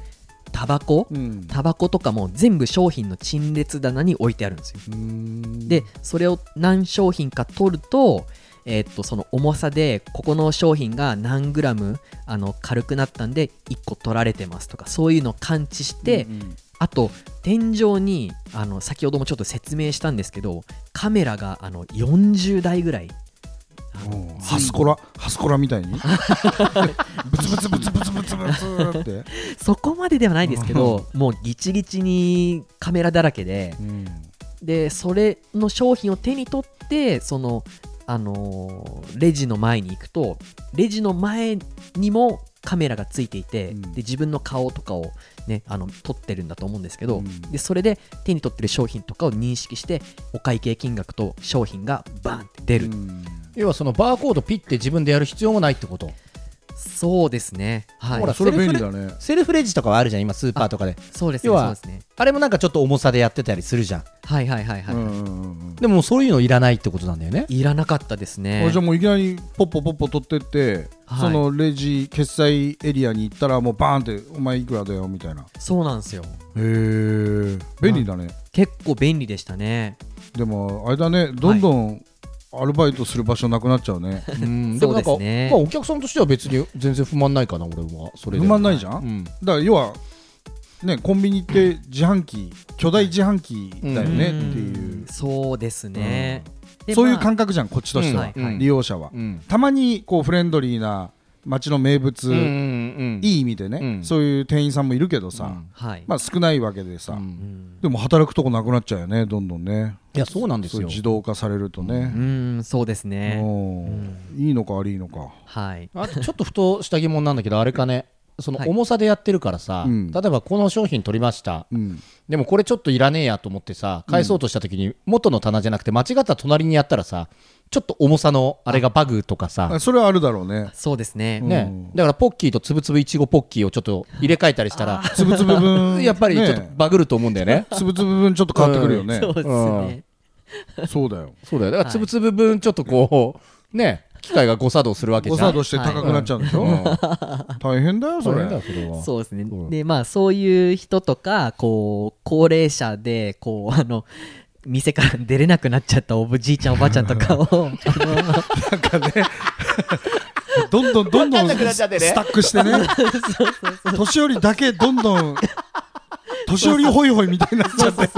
Speaker 2: タバコ
Speaker 4: うん
Speaker 2: タバコとかも全部商品の陳列棚に置いてあるんですよでそれを何商品か取ると,、えーっとその重さでここの商品が何グラムあの軽くなったんで1個取られてますとかそういうのを感知して、
Speaker 4: うん
Speaker 2: あと天井にあの先ほどもちょっと説明したんですけどカメラがあの40台ぐらいあの
Speaker 4: うんハスコラハスコラみたいに ブツブツブツブツブツブツって
Speaker 2: そこまでではないですけどもうギチギチにカメラだらけで
Speaker 4: うん
Speaker 2: でそれの商品を手に取ってその、あのーレジの前に行くとレジの前にもカメラがついていて、
Speaker 4: うん
Speaker 2: で自分の顔とかを、ね、あの撮ってるんだと思うんですけど、
Speaker 4: うん
Speaker 2: でそれで手に取ってる商品とかを認識してお会計金額と商品がバーンって出る、
Speaker 4: うん
Speaker 3: 要はそのバーコードピッて自分でやる必要もないってこと。
Speaker 2: そうですねはい
Speaker 3: ほら
Speaker 4: それ便利だね
Speaker 3: セルフレジとかはあるじゃん、今スーパーとかで。
Speaker 2: そうです
Speaker 3: 要
Speaker 2: ねそう
Speaker 3: は
Speaker 2: ですね
Speaker 3: あれもなんかちょっと重さでやってたりするじゃん。
Speaker 2: はいはいはいはい、
Speaker 4: うんうんうん
Speaker 3: でももうそういうのいらないってことなんだよね。
Speaker 2: いらなかったですね
Speaker 4: あじゃあもういきなりポッポポッポ取ってって
Speaker 2: はい
Speaker 4: そのレジ決済エリアに行ったらもうバーンってお前いくらだよみたいなへ
Speaker 2: そうなんですよ
Speaker 4: え便利だね
Speaker 2: 結構便利でしたね
Speaker 4: でもあれだねどんどんアルバイトする場所なくなっちゃうね
Speaker 3: うん
Speaker 2: そうですね
Speaker 3: まあ、お客さんとしては別に全然不満ないかな、俺は。それで
Speaker 4: 不満ないじゃん、
Speaker 3: うん
Speaker 4: だから要はねコンビニって自販機巨大自販機だよねって
Speaker 2: う
Speaker 4: い
Speaker 2: んそうですね、
Speaker 4: う
Speaker 2: で
Speaker 4: そういう
Speaker 2: まあ
Speaker 4: 感覚じゃんこっちとしては、
Speaker 2: うんはいはい
Speaker 4: 利用者は、
Speaker 3: うん
Speaker 4: たまにこうフレンドリーな街の名物、
Speaker 3: うん
Speaker 5: うん
Speaker 4: いい意味でね、
Speaker 5: うん
Speaker 4: そういう店員さんもいるけどさ、
Speaker 5: うん
Speaker 2: はい、
Speaker 4: まあ少ないわけでさ、
Speaker 2: うん
Speaker 4: でも働くとこなくなっちゃうよねどんどんね
Speaker 3: いやそうなんです
Speaker 4: そういう
Speaker 3: よ
Speaker 4: 自動化されると
Speaker 2: う
Speaker 4: ね、
Speaker 2: んそうです
Speaker 4: う
Speaker 2: ね
Speaker 4: んいいのか悪いのか
Speaker 2: はい
Speaker 3: あとちょっとふとした疑問なんだけど、あれかね、その
Speaker 2: はい
Speaker 3: 重さでやってるからさ、
Speaker 4: うん
Speaker 3: 例えばこの商品取りました、
Speaker 4: うん
Speaker 3: でもこれちょっといらねえやと思ってさ、返そうとした時に、元の棚じゃなくて、間違った隣にやったらさ、ちょっと重さのあれがバグとかさ
Speaker 4: あ、それはあるだろうね
Speaker 2: そうですね
Speaker 4: うん
Speaker 3: ね、だからポッキーとつぶつぶいちごポッキーをちょっと入れ替えたりしたら、
Speaker 4: つぶつぶ 分
Speaker 3: やっぱりちょっと
Speaker 4: ね
Speaker 3: バグると思うんだよね。
Speaker 4: つぶつぶ分ちょっと変わってくるよね、
Speaker 2: そうですね
Speaker 4: そうだよ
Speaker 3: そうだよ。だから
Speaker 2: はい
Speaker 3: つぶつぶ分ちょっとこう、ね、機械が誤作動するわけ
Speaker 4: 誤
Speaker 3: じゃん。
Speaker 4: 作動して高くなっちゃうんでしょ、大変だよそ
Speaker 3: そ
Speaker 4: れ
Speaker 3: れだよそれは
Speaker 2: そうですね
Speaker 3: うん
Speaker 2: でまあそういう人とかこう高齢者でこうあの店から出れなくなっちゃったおじいちゃんおばあちゃんとか を
Speaker 4: なんかねどんどんどんどん
Speaker 3: わかんなくなっちゃってね
Speaker 4: スタックし てね年寄りだけどんどん年寄りホイホイみたいになっちゃって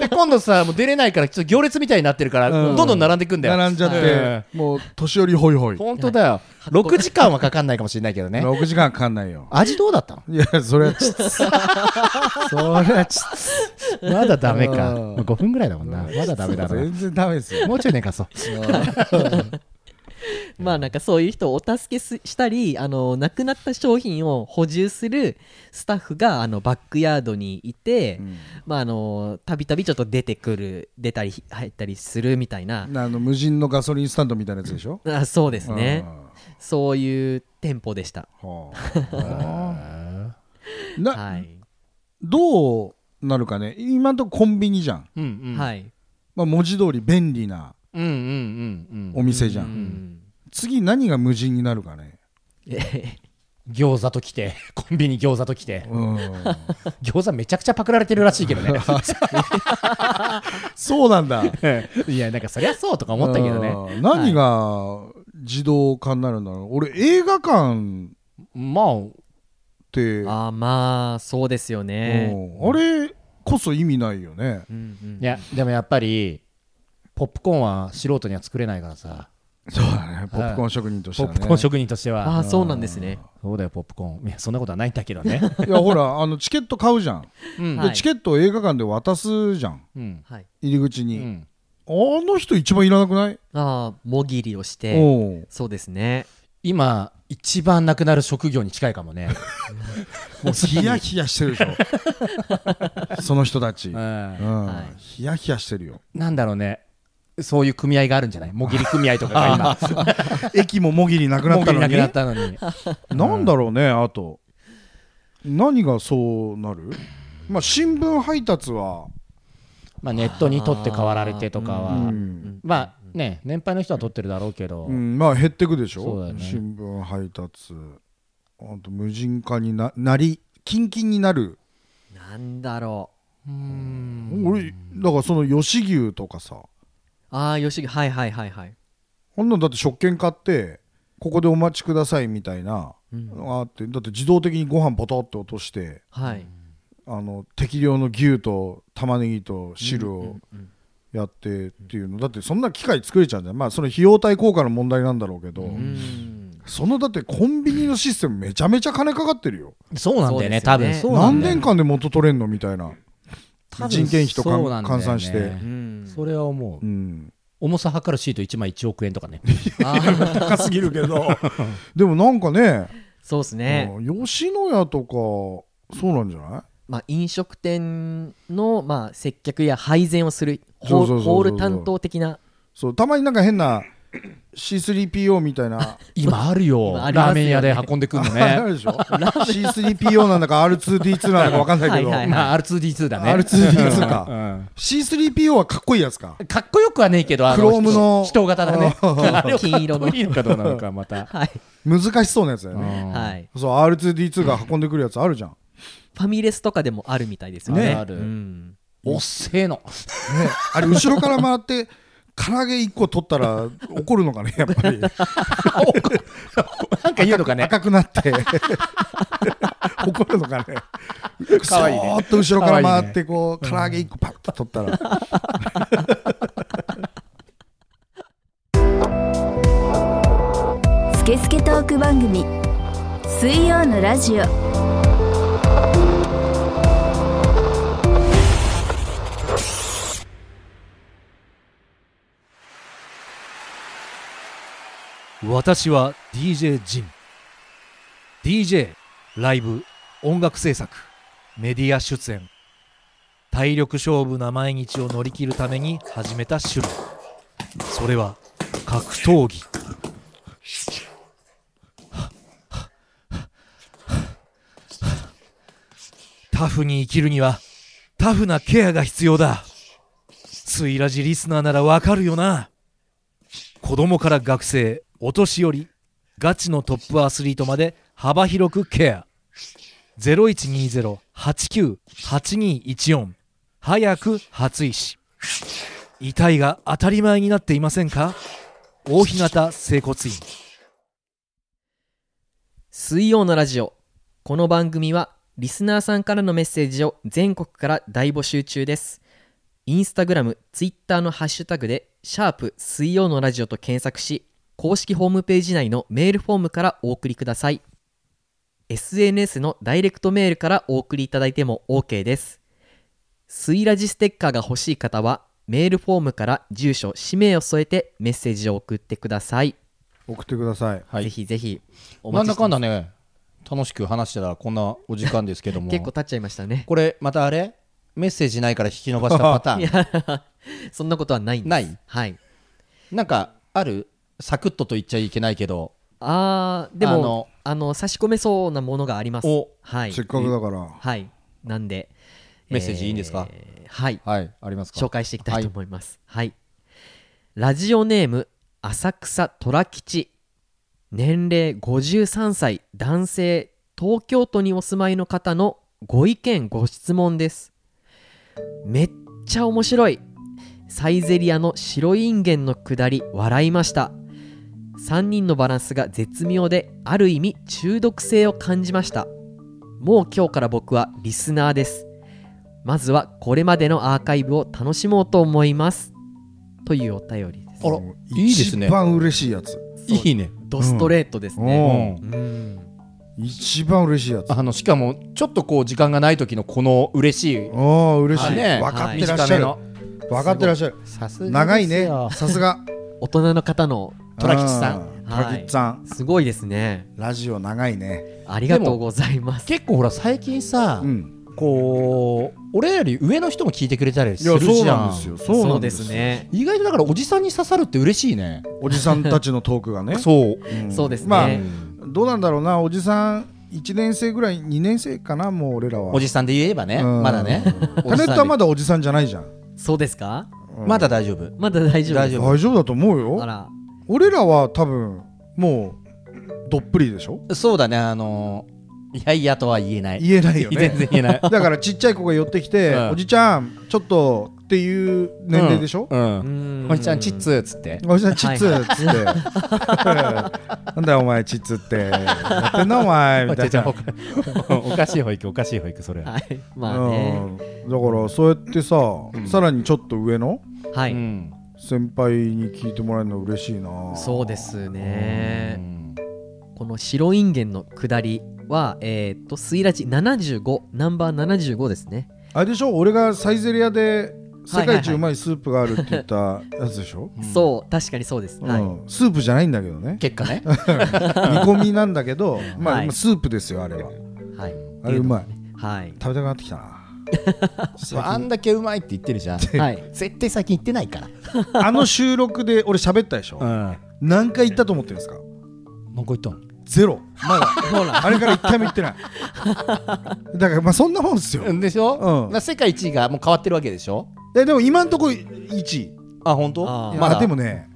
Speaker 3: で、今度さ、もう出れないから、ちょっと行列みたいになってるから、
Speaker 4: うん
Speaker 3: どんどん並んでいくんだよ。
Speaker 4: 並んじゃって、
Speaker 3: え
Speaker 4: もう年寄りホイホイ
Speaker 3: 本当だよ。6時間はかかんないかもしれないけどね。
Speaker 4: 6時間かかんないよ
Speaker 3: 味どうだったの
Speaker 4: いやそれはちっつそれはちっ
Speaker 3: まだダメか。
Speaker 4: う
Speaker 3: ま
Speaker 4: ん
Speaker 3: あ5分ぐらいだもんな。まだダメだ
Speaker 4: つ
Speaker 3: な。
Speaker 4: 全然ダメですよ
Speaker 3: もうちょい寝かそう。
Speaker 2: まあなんかそういう人をお助けすしたりあのなくなった商品を補充するスタッフがあのバックヤードにいて、まああのたびたびちょっと出てくる出たり入ったりするみたいな
Speaker 4: あの無人のガソリンスタンドみたいなやつでしょ
Speaker 2: あそうですね
Speaker 4: うん
Speaker 2: そういう店舗でした
Speaker 4: はあ な
Speaker 2: はい、
Speaker 4: どうなるかね今んとこコンビニじゃん、
Speaker 3: うんうん。。
Speaker 2: はいい
Speaker 4: まあ、文字通り便利な
Speaker 3: うんうんうんう
Speaker 4: お
Speaker 3: ん。
Speaker 4: 店じゃん、
Speaker 2: うん
Speaker 4: 次何が無人になるかね
Speaker 2: え
Speaker 3: 餃子と来て、 コンビニ餃子と来て。
Speaker 4: うん
Speaker 3: 餃子めちゃくちゃパクられてるらしいけどね。
Speaker 4: そうなんだ
Speaker 3: いや、なんかそりゃそうとか思ったけどね。
Speaker 4: うん何が自動化になるんだろう俺映画館
Speaker 3: まあ、
Speaker 4: っ て
Speaker 2: あーまあそうですよね、
Speaker 4: うんあれこそ意味ないよね
Speaker 2: うんうん
Speaker 3: いや、でもやっぱり、ポップコーンは素人には作れないからさ。
Speaker 4: そうだね ポップコーン職人として
Speaker 3: ポ
Speaker 4: は
Speaker 3: ップコーン
Speaker 4: ね
Speaker 3: 職人としては。
Speaker 2: あーそうなんですね
Speaker 3: そうだよ、ポップコーン。いや、そんなことはないんだけど ね。
Speaker 4: いやほらあのチケット買うじゃん
Speaker 3: うん
Speaker 2: はい
Speaker 4: でチケットを映画館で渡すじゃん
Speaker 3: うん。
Speaker 2: はい
Speaker 4: 入り口
Speaker 3: う
Speaker 4: に
Speaker 3: ん。
Speaker 4: あの人一番いらなくない
Speaker 2: ああもぎりをして
Speaker 4: おう
Speaker 2: そうですね
Speaker 3: 今、一番なくなる職業に近いかもね。
Speaker 4: もうヒヤヒヤしてるでしょその人たち、
Speaker 3: う
Speaker 4: うん
Speaker 3: ん。
Speaker 4: ヒヤヒヤしてるよ
Speaker 3: なんだろうね。そういう組合があるんじゃないもぎり組合とかが今、
Speaker 4: 駅ももぎりなくな
Speaker 3: も
Speaker 4: っ
Speaker 3: ぎ
Speaker 4: た
Speaker 3: り
Speaker 4: の
Speaker 3: なく
Speaker 4: に
Speaker 3: なったのに。
Speaker 4: なんだろうねあと何がそう なるまあ新聞配達は、
Speaker 3: まあ、ネットに取って代わられてとか
Speaker 4: う
Speaker 3: は、
Speaker 4: ん
Speaker 3: まあね、年配の人は取ってるだろうけど、
Speaker 4: うんまあ減ってくでし
Speaker 3: そうだ
Speaker 4: ょ、
Speaker 3: よね
Speaker 4: 新聞配達あと無人化にななりキンキンになる、
Speaker 2: なんだろ
Speaker 4: 俺だからその吉牛とかさ
Speaker 2: うああ吉木はいはいはいはい
Speaker 4: こんなんだって食券買ってここでお待ちくださいみたいな、あってだって自動的にご飯ポトって落として
Speaker 2: はい
Speaker 4: あの適量の牛と玉ねぎと汁をやってっていうのだってそんな機械作れちゃうんじゃんまあその費用対効果の問題なんだろうけど、
Speaker 2: うん
Speaker 4: そのだってコンビニのシステムめちゃめちゃ金かかってるよ
Speaker 3: そうなんだよね、多
Speaker 2: そうで
Speaker 3: 分
Speaker 2: すよ
Speaker 3: そう
Speaker 2: ね
Speaker 3: な
Speaker 4: 何
Speaker 3: んだよ
Speaker 4: 年間で元取れんのみたいな
Speaker 3: 多分
Speaker 4: 人件費とか
Speaker 3: そうなんだよね
Speaker 4: 換算して
Speaker 2: うん
Speaker 3: それは思う
Speaker 4: う。ん
Speaker 3: 重さ測るシート1枚1億円とかね。
Speaker 4: 高すぎるけどでもなんかね
Speaker 2: そうですね、
Speaker 4: うん吉野家とかそうなんじゃない
Speaker 2: まあ、飲食店の、まあ、接客や配膳をする
Speaker 4: そ
Speaker 2: ホ
Speaker 4: うそうそうそう
Speaker 2: ホール担当的な
Speaker 4: そうたまになんか変な C3PO みたいな
Speaker 3: 今あるよ、
Speaker 2: 今
Speaker 3: ラ
Speaker 2: ありますよね
Speaker 3: ーメン屋で運んでくんの
Speaker 4: あ
Speaker 3: ね。
Speaker 4: るでしょ C3PO なんだか R2D2 なんだか分かんないけど、
Speaker 2: はいはい
Speaker 3: まあ、R2D2 だね。
Speaker 4: R2D2 か
Speaker 3: うん
Speaker 4: C3PO はかっこいいやつか
Speaker 3: かっこよくはねえけど、あの
Speaker 4: Chrome の
Speaker 3: 人人型だね。あれは
Speaker 2: 金色の
Speaker 3: かっこいいのかどうなのか、また。
Speaker 2: はい、
Speaker 4: 難しそうなやつだよね
Speaker 2: はい、
Speaker 4: そう R2D2 が運んでくるやつあるじゃん
Speaker 2: ファミレスとかでもあるみたいですよね
Speaker 3: ねある
Speaker 2: うん、
Speaker 3: おっせえの。
Speaker 4: ねあれ後ろから回って 唐揚げ1個取ったら怒るのかねやっぱ り
Speaker 3: なんか言うのかね。
Speaker 4: 赤くなって 怒るのかね そ
Speaker 3: かわいいね
Speaker 4: ーっと後ろから回ってこう唐揚げ1個パッと取ったら
Speaker 1: スケスケトーク番組ジオ
Speaker 5: 私は DJ ジン DJ ライブ音楽制作メディア出演体力勝負な毎日を乗り切るために始めた種類それは格闘技タフに生きるにはタフなケアが必要だスイラジリスナーならわかるよな子供から学生お年寄りガチのトップアスリートまで幅広くケア0120-89-8214早く初石遺体が当たり前になっていませんか大日向整骨院
Speaker 2: 水曜のラジオこの番組はリスナーさんからのメッセージを全国から大募集中ですインスタグラムツイッターのハッシュタグで「シャープ水曜のラジオ」と検索し公式ホームページ内のメールフォームからお送りください SNS のダイレクトメールからお送りいただいても OK ですスイラジステッカーが欲しい方はメールフォームから住所氏名を添えてメッセージを送ってください、
Speaker 4: 送ってください
Speaker 3: はい
Speaker 2: ぜひぜひお
Speaker 3: な
Speaker 2: 待ち
Speaker 3: んだ
Speaker 2: してま
Speaker 3: か
Speaker 2: す
Speaker 3: んだね楽しく話してたらこんなお時間ですけ ども
Speaker 2: 結構経っちゃいましたね
Speaker 3: これまたあれメッセージないから引き伸ばしたパタ
Speaker 2: い
Speaker 3: ーン
Speaker 2: やそんなことはないんです
Speaker 3: ない
Speaker 2: はい
Speaker 3: なんかあるサクッとと言っちゃいけないけど
Speaker 2: あーでも
Speaker 3: あ
Speaker 2: あ
Speaker 3: の
Speaker 2: の差し込めそうなものがあります
Speaker 3: お
Speaker 2: はい
Speaker 4: せっかくだから
Speaker 2: はいなんで
Speaker 3: メッセージいいんですか
Speaker 2: えーはい
Speaker 3: はいありますか
Speaker 2: 紹介していきたいと思いますはい、ラジオネーム浅草虎吉年齢53歳男性東京都にお住まいの方のご意見ご質問ですめっちゃ面白いサイゼリアの白インゲンのくだり笑いました3人のバランスが絶妙である意味中毒性を感じましたもう今日から僕はリスナーですまずはこれまでのアーカイブを楽しもうと思いますというお便りです
Speaker 3: あら
Speaker 4: もう
Speaker 3: いいですね
Speaker 4: 一番嬉しいやつ
Speaker 3: いいね
Speaker 2: ドストレートですね、
Speaker 3: う
Speaker 2: うん
Speaker 4: 一番嬉しいやつあ
Speaker 3: あのしかもちょっとこう時間がない時のこの嬉しい
Speaker 4: あ嬉しい
Speaker 3: ね
Speaker 4: 分かってらっしゃる
Speaker 3: 短め
Speaker 4: 分かってらっしゃる
Speaker 3: さすがですよ
Speaker 4: 長いねさすが
Speaker 2: 大人の方の
Speaker 3: 虎吉さん
Speaker 4: うん
Speaker 2: はい
Speaker 4: 虎吉さん
Speaker 2: すごいですね
Speaker 4: ラジオ長いね
Speaker 2: ありがとうございます
Speaker 3: 結構ほら最近さ、
Speaker 4: うん
Speaker 3: こう俺らより上の人も聞いてくれたり
Speaker 4: い
Speaker 3: す
Speaker 4: や
Speaker 3: るじゃん
Speaker 4: そうなんですよそうなんです
Speaker 2: そうですね
Speaker 3: 意外とだからおじさんに刺さるって嬉しいね
Speaker 4: おじさんたちのトークがね
Speaker 3: そう
Speaker 4: うん
Speaker 2: そうですね
Speaker 4: まあ
Speaker 2: うん
Speaker 4: どうなんだろうなおじさん1年生ぐらい2年生かなもう俺らは
Speaker 3: おじさんで言えばね
Speaker 4: うん
Speaker 3: まだね
Speaker 4: タネットはま
Speaker 3: だ
Speaker 4: だおじさんじゃないじゃん
Speaker 2: そうですか
Speaker 3: まだ大丈夫
Speaker 2: まだ大丈夫
Speaker 3: 大
Speaker 2: で
Speaker 3: 丈
Speaker 2: す
Speaker 3: 夫
Speaker 4: 大丈夫だと思う
Speaker 2: あ
Speaker 4: よ
Speaker 2: ら
Speaker 4: 俺らは多分もうどっぷりでしょ
Speaker 3: そうだねあのーいやいやとは言えない
Speaker 4: 言えないよ
Speaker 3: 全
Speaker 4: ね
Speaker 3: 然言えない
Speaker 4: だからちっちゃい子が寄ってきて
Speaker 3: うん
Speaker 4: 「おじちゃんちょっと」っていう 年齢でしょ
Speaker 3: う
Speaker 2: うんん
Speaker 3: おじちゃんチッツーっつって
Speaker 4: おじさんちっつっつってなんだよお前ちっつってやってんなお前みたいな
Speaker 3: おかおかし い保育おかしい保育それ
Speaker 2: はいまあね
Speaker 4: うんだからそうやってささらにちょっと上の
Speaker 2: はい、
Speaker 3: うん
Speaker 4: 先輩に聞いてもらえるの嬉しいな
Speaker 2: そうです
Speaker 3: う
Speaker 2: ね
Speaker 3: ん
Speaker 2: この白インゲンの下りはえっとスイラジ75ナンバー75ですね
Speaker 4: あれでしょ俺がサイゼリアで世
Speaker 2: はいう
Speaker 4: 界一
Speaker 2: はいは
Speaker 4: まいスープがあるって言ったやつでしょ
Speaker 2: そう確かにそうです、
Speaker 4: う
Speaker 2: はい
Speaker 4: んスープじゃないんだけどね
Speaker 3: 結果ね
Speaker 4: 煮込みなんだけどま
Speaker 2: は
Speaker 4: あ
Speaker 2: い
Speaker 4: スープですよあれは
Speaker 2: はい
Speaker 4: あれうまい
Speaker 2: はい
Speaker 4: 食べたくなってきたな
Speaker 3: そうあんだけうまいって言ってるじゃん
Speaker 2: はい
Speaker 3: 絶対最近言ってないから
Speaker 4: あの収録で俺喋ったでしょ
Speaker 3: うん
Speaker 4: 何回行ったと思ってるんですか
Speaker 3: 何か言ったの
Speaker 4: ゼロまだあれから一回も行ってないだからまあそんなもんですよ
Speaker 3: うんでしょ、
Speaker 4: うん
Speaker 3: だから世界一位がもう変わってるわけでしょ
Speaker 4: えでも今んとこ1位
Speaker 3: あ本当
Speaker 2: あー
Speaker 3: ま
Speaker 4: ま
Speaker 3: だ
Speaker 4: あでもね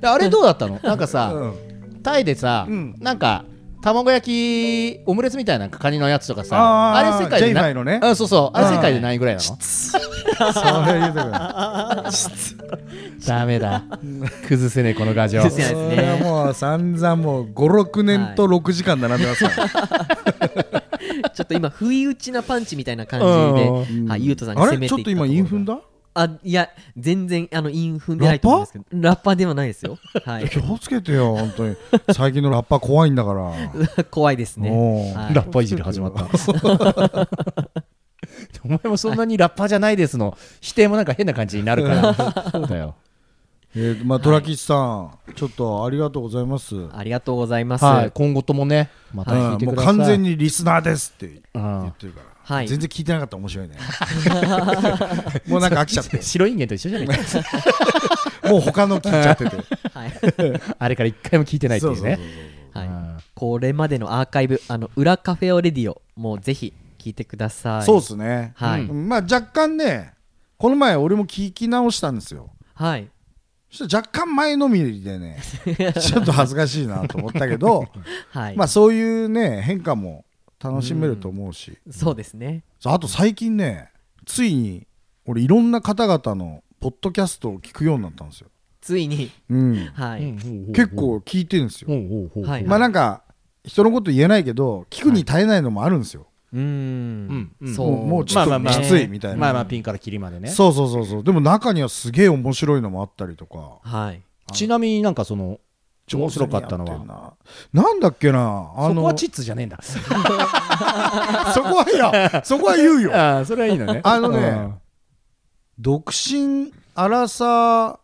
Speaker 3: であれどうだったのなんかさ、
Speaker 4: うん
Speaker 3: タイでさ、
Speaker 4: うん
Speaker 3: なんか卵焼きオムレツみたいなカニのやつとかさあ
Speaker 4: あー
Speaker 3: れ世界でな
Speaker 4: J-Fi のね
Speaker 3: うんそうそうあれ世界でないぐらいなの
Speaker 4: そういうとこ だ
Speaker 3: ダメだ崩せねえこのラジオ
Speaker 2: 崩せないですね
Speaker 4: それはもう散々もう56年と6時間並んでますから、
Speaker 2: ちょっと今不意打ちなパンチみたいな感じで、
Speaker 3: う
Speaker 2: はい、ゆうとさんが
Speaker 4: あ
Speaker 2: 攻
Speaker 4: れ
Speaker 2: め
Speaker 4: ち
Speaker 2: て
Speaker 4: ょ
Speaker 2: い
Speaker 4: っ
Speaker 2: った
Speaker 4: と今インフンだ
Speaker 2: あいや全然あの韻踏んでないと思うんですけどラッパーではないですよはい
Speaker 4: 気をつけてよ本当に最近のラッパー怖いん だから
Speaker 2: 怖いです
Speaker 4: お
Speaker 2: ね
Speaker 4: う
Speaker 2: はい
Speaker 3: ラッパーいじり始まった。 お前もそんなにラッパーじゃないですの否定もなんか変な感じになるから。そうだよ。
Speaker 4: えーまあトラキチさん、ちょっとありがとうございます、うん
Speaker 2: ありがとうございます
Speaker 3: はい、今後ともね、また聞いて
Speaker 4: も
Speaker 3: く
Speaker 4: う
Speaker 3: ださい。
Speaker 4: 完全にリスナーですって
Speaker 3: うん
Speaker 4: 言ってるから、
Speaker 2: はい
Speaker 4: 全然聞いてなかったら面白 いねもうなんか飽きちゃって
Speaker 3: 白い人間と一緒じゃないか。
Speaker 4: もう他の聞いち ゃってて
Speaker 2: はい
Speaker 3: あれから一回も聞いてないっていうね。
Speaker 2: はい
Speaker 3: うん
Speaker 2: これまでのアーカイブあの裏カフェオレディオもうぜひ聞いてください
Speaker 4: そうですね、
Speaker 2: はい
Speaker 4: うんまあ若干ねこの前俺も聞き直したんですよ
Speaker 2: はい
Speaker 4: そしたら若干前のみ でねちょっと恥ずかしいなと思ったけど、
Speaker 2: はい
Speaker 4: まあそういうね変化も楽しめると思うし、
Speaker 2: そうですね
Speaker 4: あと最近ねついに俺いろんな方々のポッドキャストを聞くようになったんですよ、
Speaker 2: ついに
Speaker 4: うん、
Speaker 2: は
Speaker 3: うん
Speaker 2: い
Speaker 4: 結構聞いてるんですよ、
Speaker 3: ほうほうほうほう
Speaker 2: はい
Speaker 4: まあなんか人のこと言えないけど聞くに耐えないのもあるんですよ、
Speaker 2: うーん
Speaker 3: うん
Speaker 2: そう
Speaker 4: もうもうちょ
Speaker 3: ま
Speaker 4: っと
Speaker 3: あまあまあ
Speaker 4: きついみたいな、
Speaker 3: まあまあピンからキリまでね。
Speaker 4: そうそうそうそうでも中にはすげえ面白いのもあったりとか
Speaker 2: はい
Speaker 3: ちなみになんかその、面白かったの
Speaker 4: 上
Speaker 3: は。
Speaker 4: 手にやってんななんだっけなあの
Speaker 3: そこはチッツじゃねえんだ。
Speaker 4: そこはいや そこは言うよ
Speaker 3: ああ、それはいいのね。
Speaker 4: あのね独身アラサ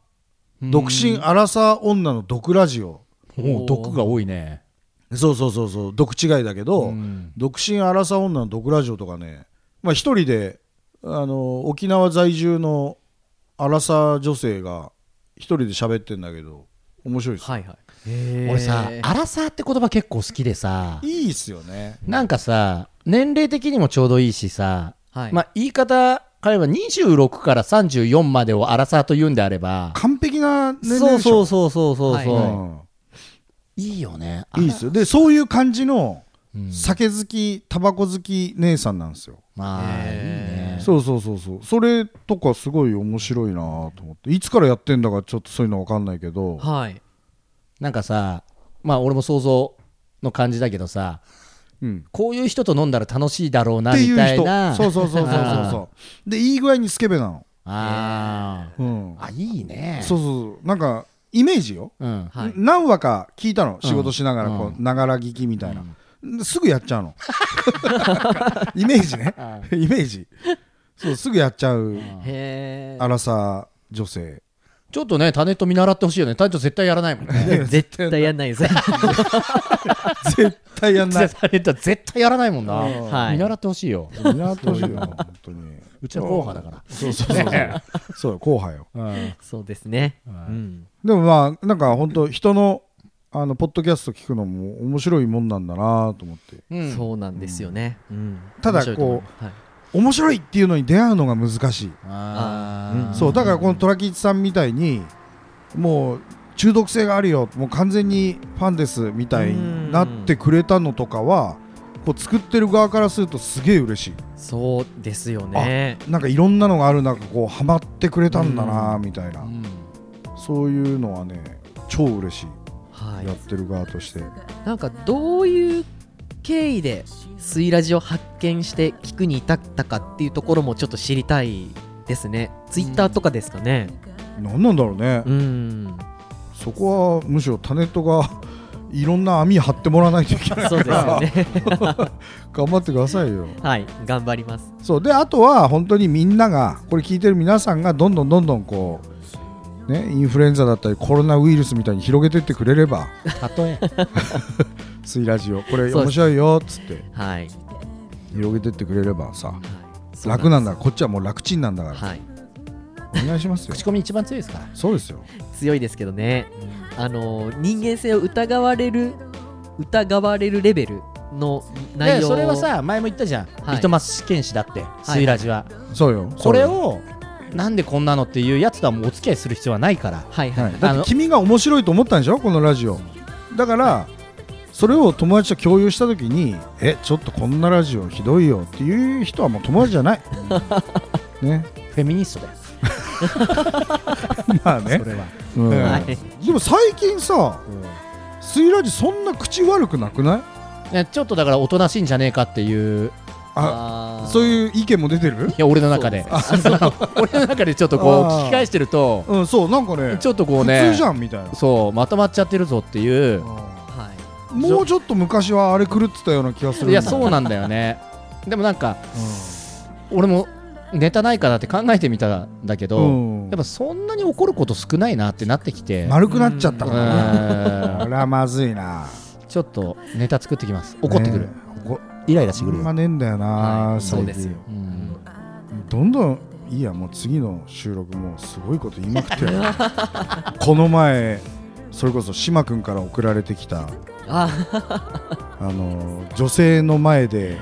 Speaker 3: うん、
Speaker 4: ー独身アラサー女の毒ラジオ
Speaker 3: もう毒が多いね。
Speaker 4: そうそうそうそう毒違いだけど、
Speaker 3: うん
Speaker 4: 独身アラサー女の毒ラジオとかねまあ一人であの沖縄在住のアラサー女性が一人で喋ってんだけど面白いです、
Speaker 2: はいはい
Speaker 3: 俺さ
Speaker 2: へ、ー
Speaker 3: アラサーって言葉結構好きでさ、
Speaker 4: い、いっすよね
Speaker 3: なんかさ、年齢的にもちょうどいいしさ、
Speaker 2: はい
Speaker 3: まあ言い方変えれば26から34までをアラサーと言うんであれば、
Speaker 4: 完璧な年齢
Speaker 3: そう
Speaker 4: でしょ
Speaker 3: そうそうそうそうそう、
Speaker 2: は
Speaker 4: うん
Speaker 3: い、いよね。
Speaker 4: いいっすよでそういう感じの
Speaker 3: うん
Speaker 4: 酒好きタバコ好き姉さんなんですよ、
Speaker 3: まあ、いいね。
Speaker 4: そうそうそうそうそれとかすごい面白いなと思っていつからやってんだかちょっとそういうの分かんないけど
Speaker 2: はい
Speaker 3: なんかさ、まあ俺も想像の感じだけどさ、
Speaker 4: うん
Speaker 3: こういう人と飲んだら楽しいだろう
Speaker 4: っ
Speaker 3: な
Speaker 4: て
Speaker 3: み
Speaker 4: いう
Speaker 3: たい
Speaker 4: 人
Speaker 3: な。
Speaker 4: そうそうそうそうそうそうでいい具合にスケベなの
Speaker 3: あ
Speaker 4: うん
Speaker 3: ーあ、いいね。
Speaker 4: そうそうそうなんかイメージよ、
Speaker 3: うん。
Speaker 2: はい
Speaker 4: 何話か聞いたの仕事しながら
Speaker 3: うん
Speaker 4: こうながら聞きみたいな、ですぐやっちゃう のイメージねイメージそうすぐやっちゃう
Speaker 2: へえ
Speaker 4: アラサー女性
Speaker 3: ちょっとね、タネット見習ってほしいよね。タネット絶対やらないもんね。
Speaker 2: 絶対やんないです
Speaker 4: 絶対やん ない
Speaker 3: タネット絶対やらないもんな。
Speaker 2: はい
Speaker 3: 見習ってほしいよ。
Speaker 4: 見習ってほしいよ本当に
Speaker 3: うちは硬派だから。
Speaker 4: そうそうそうそうそうよ後輩よ
Speaker 2: そうですねうん
Speaker 4: でもまあなんか本当人のあのポッドキャスト聞くのも面白いもんなんだなと思って
Speaker 3: うん
Speaker 2: そうなんですよねうん
Speaker 4: ただ
Speaker 2: 面白いと思いますはい
Speaker 4: 面白いっていうのに出会うのが難しい
Speaker 3: あー
Speaker 2: あーうん
Speaker 4: そうだからこの虎吉さんみたいにもう中毒性があるよもう完全にファンですみたいになってくれたのとかはこう作ってる側からするとすげえ嬉し
Speaker 2: そうですよね
Speaker 4: いなんかいろんなのがある中こうハマってくれたんだなみたいな
Speaker 3: うん
Speaker 4: そういうのはね超嬉しい
Speaker 2: は
Speaker 4: やっ
Speaker 2: い
Speaker 4: てる側として
Speaker 2: なんかどういう経緯でスイラジを発見して聞くに至ったかっていうところもちょっと知りたいですねツイッターとかですかね
Speaker 4: 何なんだろうね
Speaker 2: うん
Speaker 4: そこはむしろタネットがいろんな網張ってもらわないといけない
Speaker 2: そうですよね
Speaker 4: 頑張ってくださいよ
Speaker 2: はい頑張ります
Speaker 4: そうであとは本当にみんながこれ聞いてる皆さんがどんどんどんどんこうねインフルエンザだったりコロナウイルスみたいに広げてってくれれば
Speaker 3: 例え。
Speaker 4: 「スイラジオこれ
Speaker 2: そうです
Speaker 4: 面白いよ」っつって
Speaker 2: はいはい
Speaker 4: 広げてってくれればさ
Speaker 2: そう
Speaker 4: 楽なん
Speaker 2: で
Speaker 4: だこっちはもう楽ちんなんだか
Speaker 2: す
Speaker 4: ら
Speaker 2: はい
Speaker 4: お願い します よ
Speaker 3: 口コミ一番強いですから。
Speaker 4: そうですよ
Speaker 2: 強いですけどねあの人間性を疑われる疑われるレベルの内
Speaker 3: で、
Speaker 2: 容を
Speaker 3: それはさ、前も言ったじゃん。
Speaker 2: はい
Speaker 3: リトマス試験紙だって、スイラジは。
Speaker 4: そうよ
Speaker 3: これ
Speaker 4: そうよ
Speaker 3: を、なんでこんなのっていうやつとはもうお付き合いする必要はないから。
Speaker 2: はいは
Speaker 4: はいい、だ
Speaker 3: あ
Speaker 4: っ
Speaker 3: の
Speaker 4: て君が面白いと思ったんでしょこのラジオだからそれを友達と共有した時にえちょっとこんなラジオひどいよっていう人はもう友達じ ゃないね
Speaker 3: フェミニストだよ。
Speaker 4: まあね
Speaker 3: それは。
Speaker 4: うん
Speaker 2: はい
Speaker 4: でも最近さ、スイラジそんな口悪くなくない
Speaker 3: ねちょっとだからおとなしいんじゃねえかっていう
Speaker 4: あ
Speaker 2: あ
Speaker 4: そう
Speaker 2: う
Speaker 4: いう意見も出てる
Speaker 3: いや俺の中で俺の中でちょっとこう
Speaker 4: あー
Speaker 3: 聞き返してると
Speaker 4: うんそうなんかね
Speaker 3: ちょっとこう
Speaker 4: 普
Speaker 3: ね
Speaker 4: 通じゃんみたいな
Speaker 3: そうまとまっちゃってるぞっていう
Speaker 2: はい
Speaker 4: もうちょっと昔はあれ狂ってたような気がする
Speaker 3: いやそう
Speaker 4: な
Speaker 3: なんだよねでもなんか俺もネタないかなって考えてみたんだけど、
Speaker 4: うん
Speaker 3: やっぱそんなに怒ること少ないなってなってきて
Speaker 4: 丸くなっちゃった
Speaker 3: う
Speaker 4: からねこ
Speaker 3: ーん
Speaker 4: れはまずいな
Speaker 3: ちょっとネタ作ってきます怒ってくる、
Speaker 4: ねえ怒
Speaker 3: イライラして
Speaker 4: あ
Speaker 3: くる
Speaker 4: ん
Speaker 3: よ
Speaker 4: まねえんだ
Speaker 2: は
Speaker 4: よない
Speaker 2: そうですよ
Speaker 4: 最近
Speaker 3: うん
Speaker 4: どんどんいいやもう次の収録もうすごいこと言いま くってるこの前それこそ島君から送られてきた
Speaker 2: あ
Speaker 4: あの女性の前で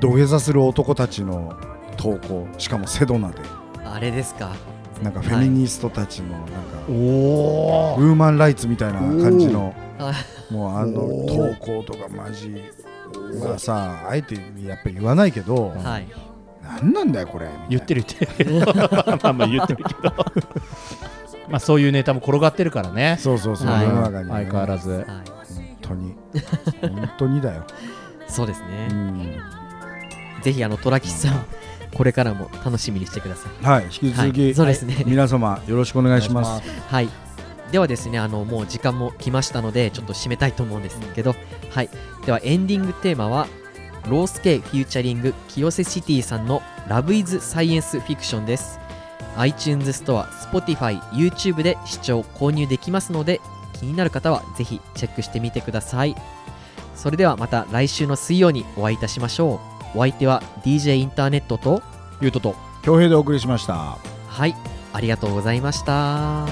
Speaker 4: 土下座する男たちの投稿しかもセドナで
Speaker 2: あれですか
Speaker 4: なんかフェミニストたちのなんか、
Speaker 3: おお
Speaker 4: ウーマンライツみたいな感じの
Speaker 2: あ
Speaker 4: もうあの投稿とかマジまあさあえてやっぱり言わないけど、
Speaker 2: はい
Speaker 4: なんなんだよこれみたいな
Speaker 3: 言ってる言ってる まあまあ言ってるけど まあそういうネタも転がってるからね
Speaker 4: そうそうそう、
Speaker 2: はい
Speaker 4: 世の中に、ね、
Speaker 3: 相変わらず
Speaker 2: はい
Speaker 4: 本当に本当にだよ、
Speaker 2: そうですね
Speaker 4: うん、
Speaker 2: ぜひあのトラキシさんこれからも楽しみにしてください
Speaker 4: はい引き続き、
Speaker 2: はいそうですね
Speaker 4: 皆様よろしくお願いします
Speaker 2: はい。ではですね、あのもう時間も来ましたので、ちょっと締めたいと思うんですけど、はい。ではエンディングテーマは、ロースケフューチャリング清瀬シティさんのラブイズサイエンスフィクションです。iTunes ストア、Spotify、YouTube で視聴、購入できますので、気になる方はぜひチェックしてみてください。それではまた来週の水曜にお会いいたしましょう。お相手は DJ インターネットと、ゆうとと、
Speaker 4: 恭平でお送りしました
Speaker 2: はい、ありがとうございました。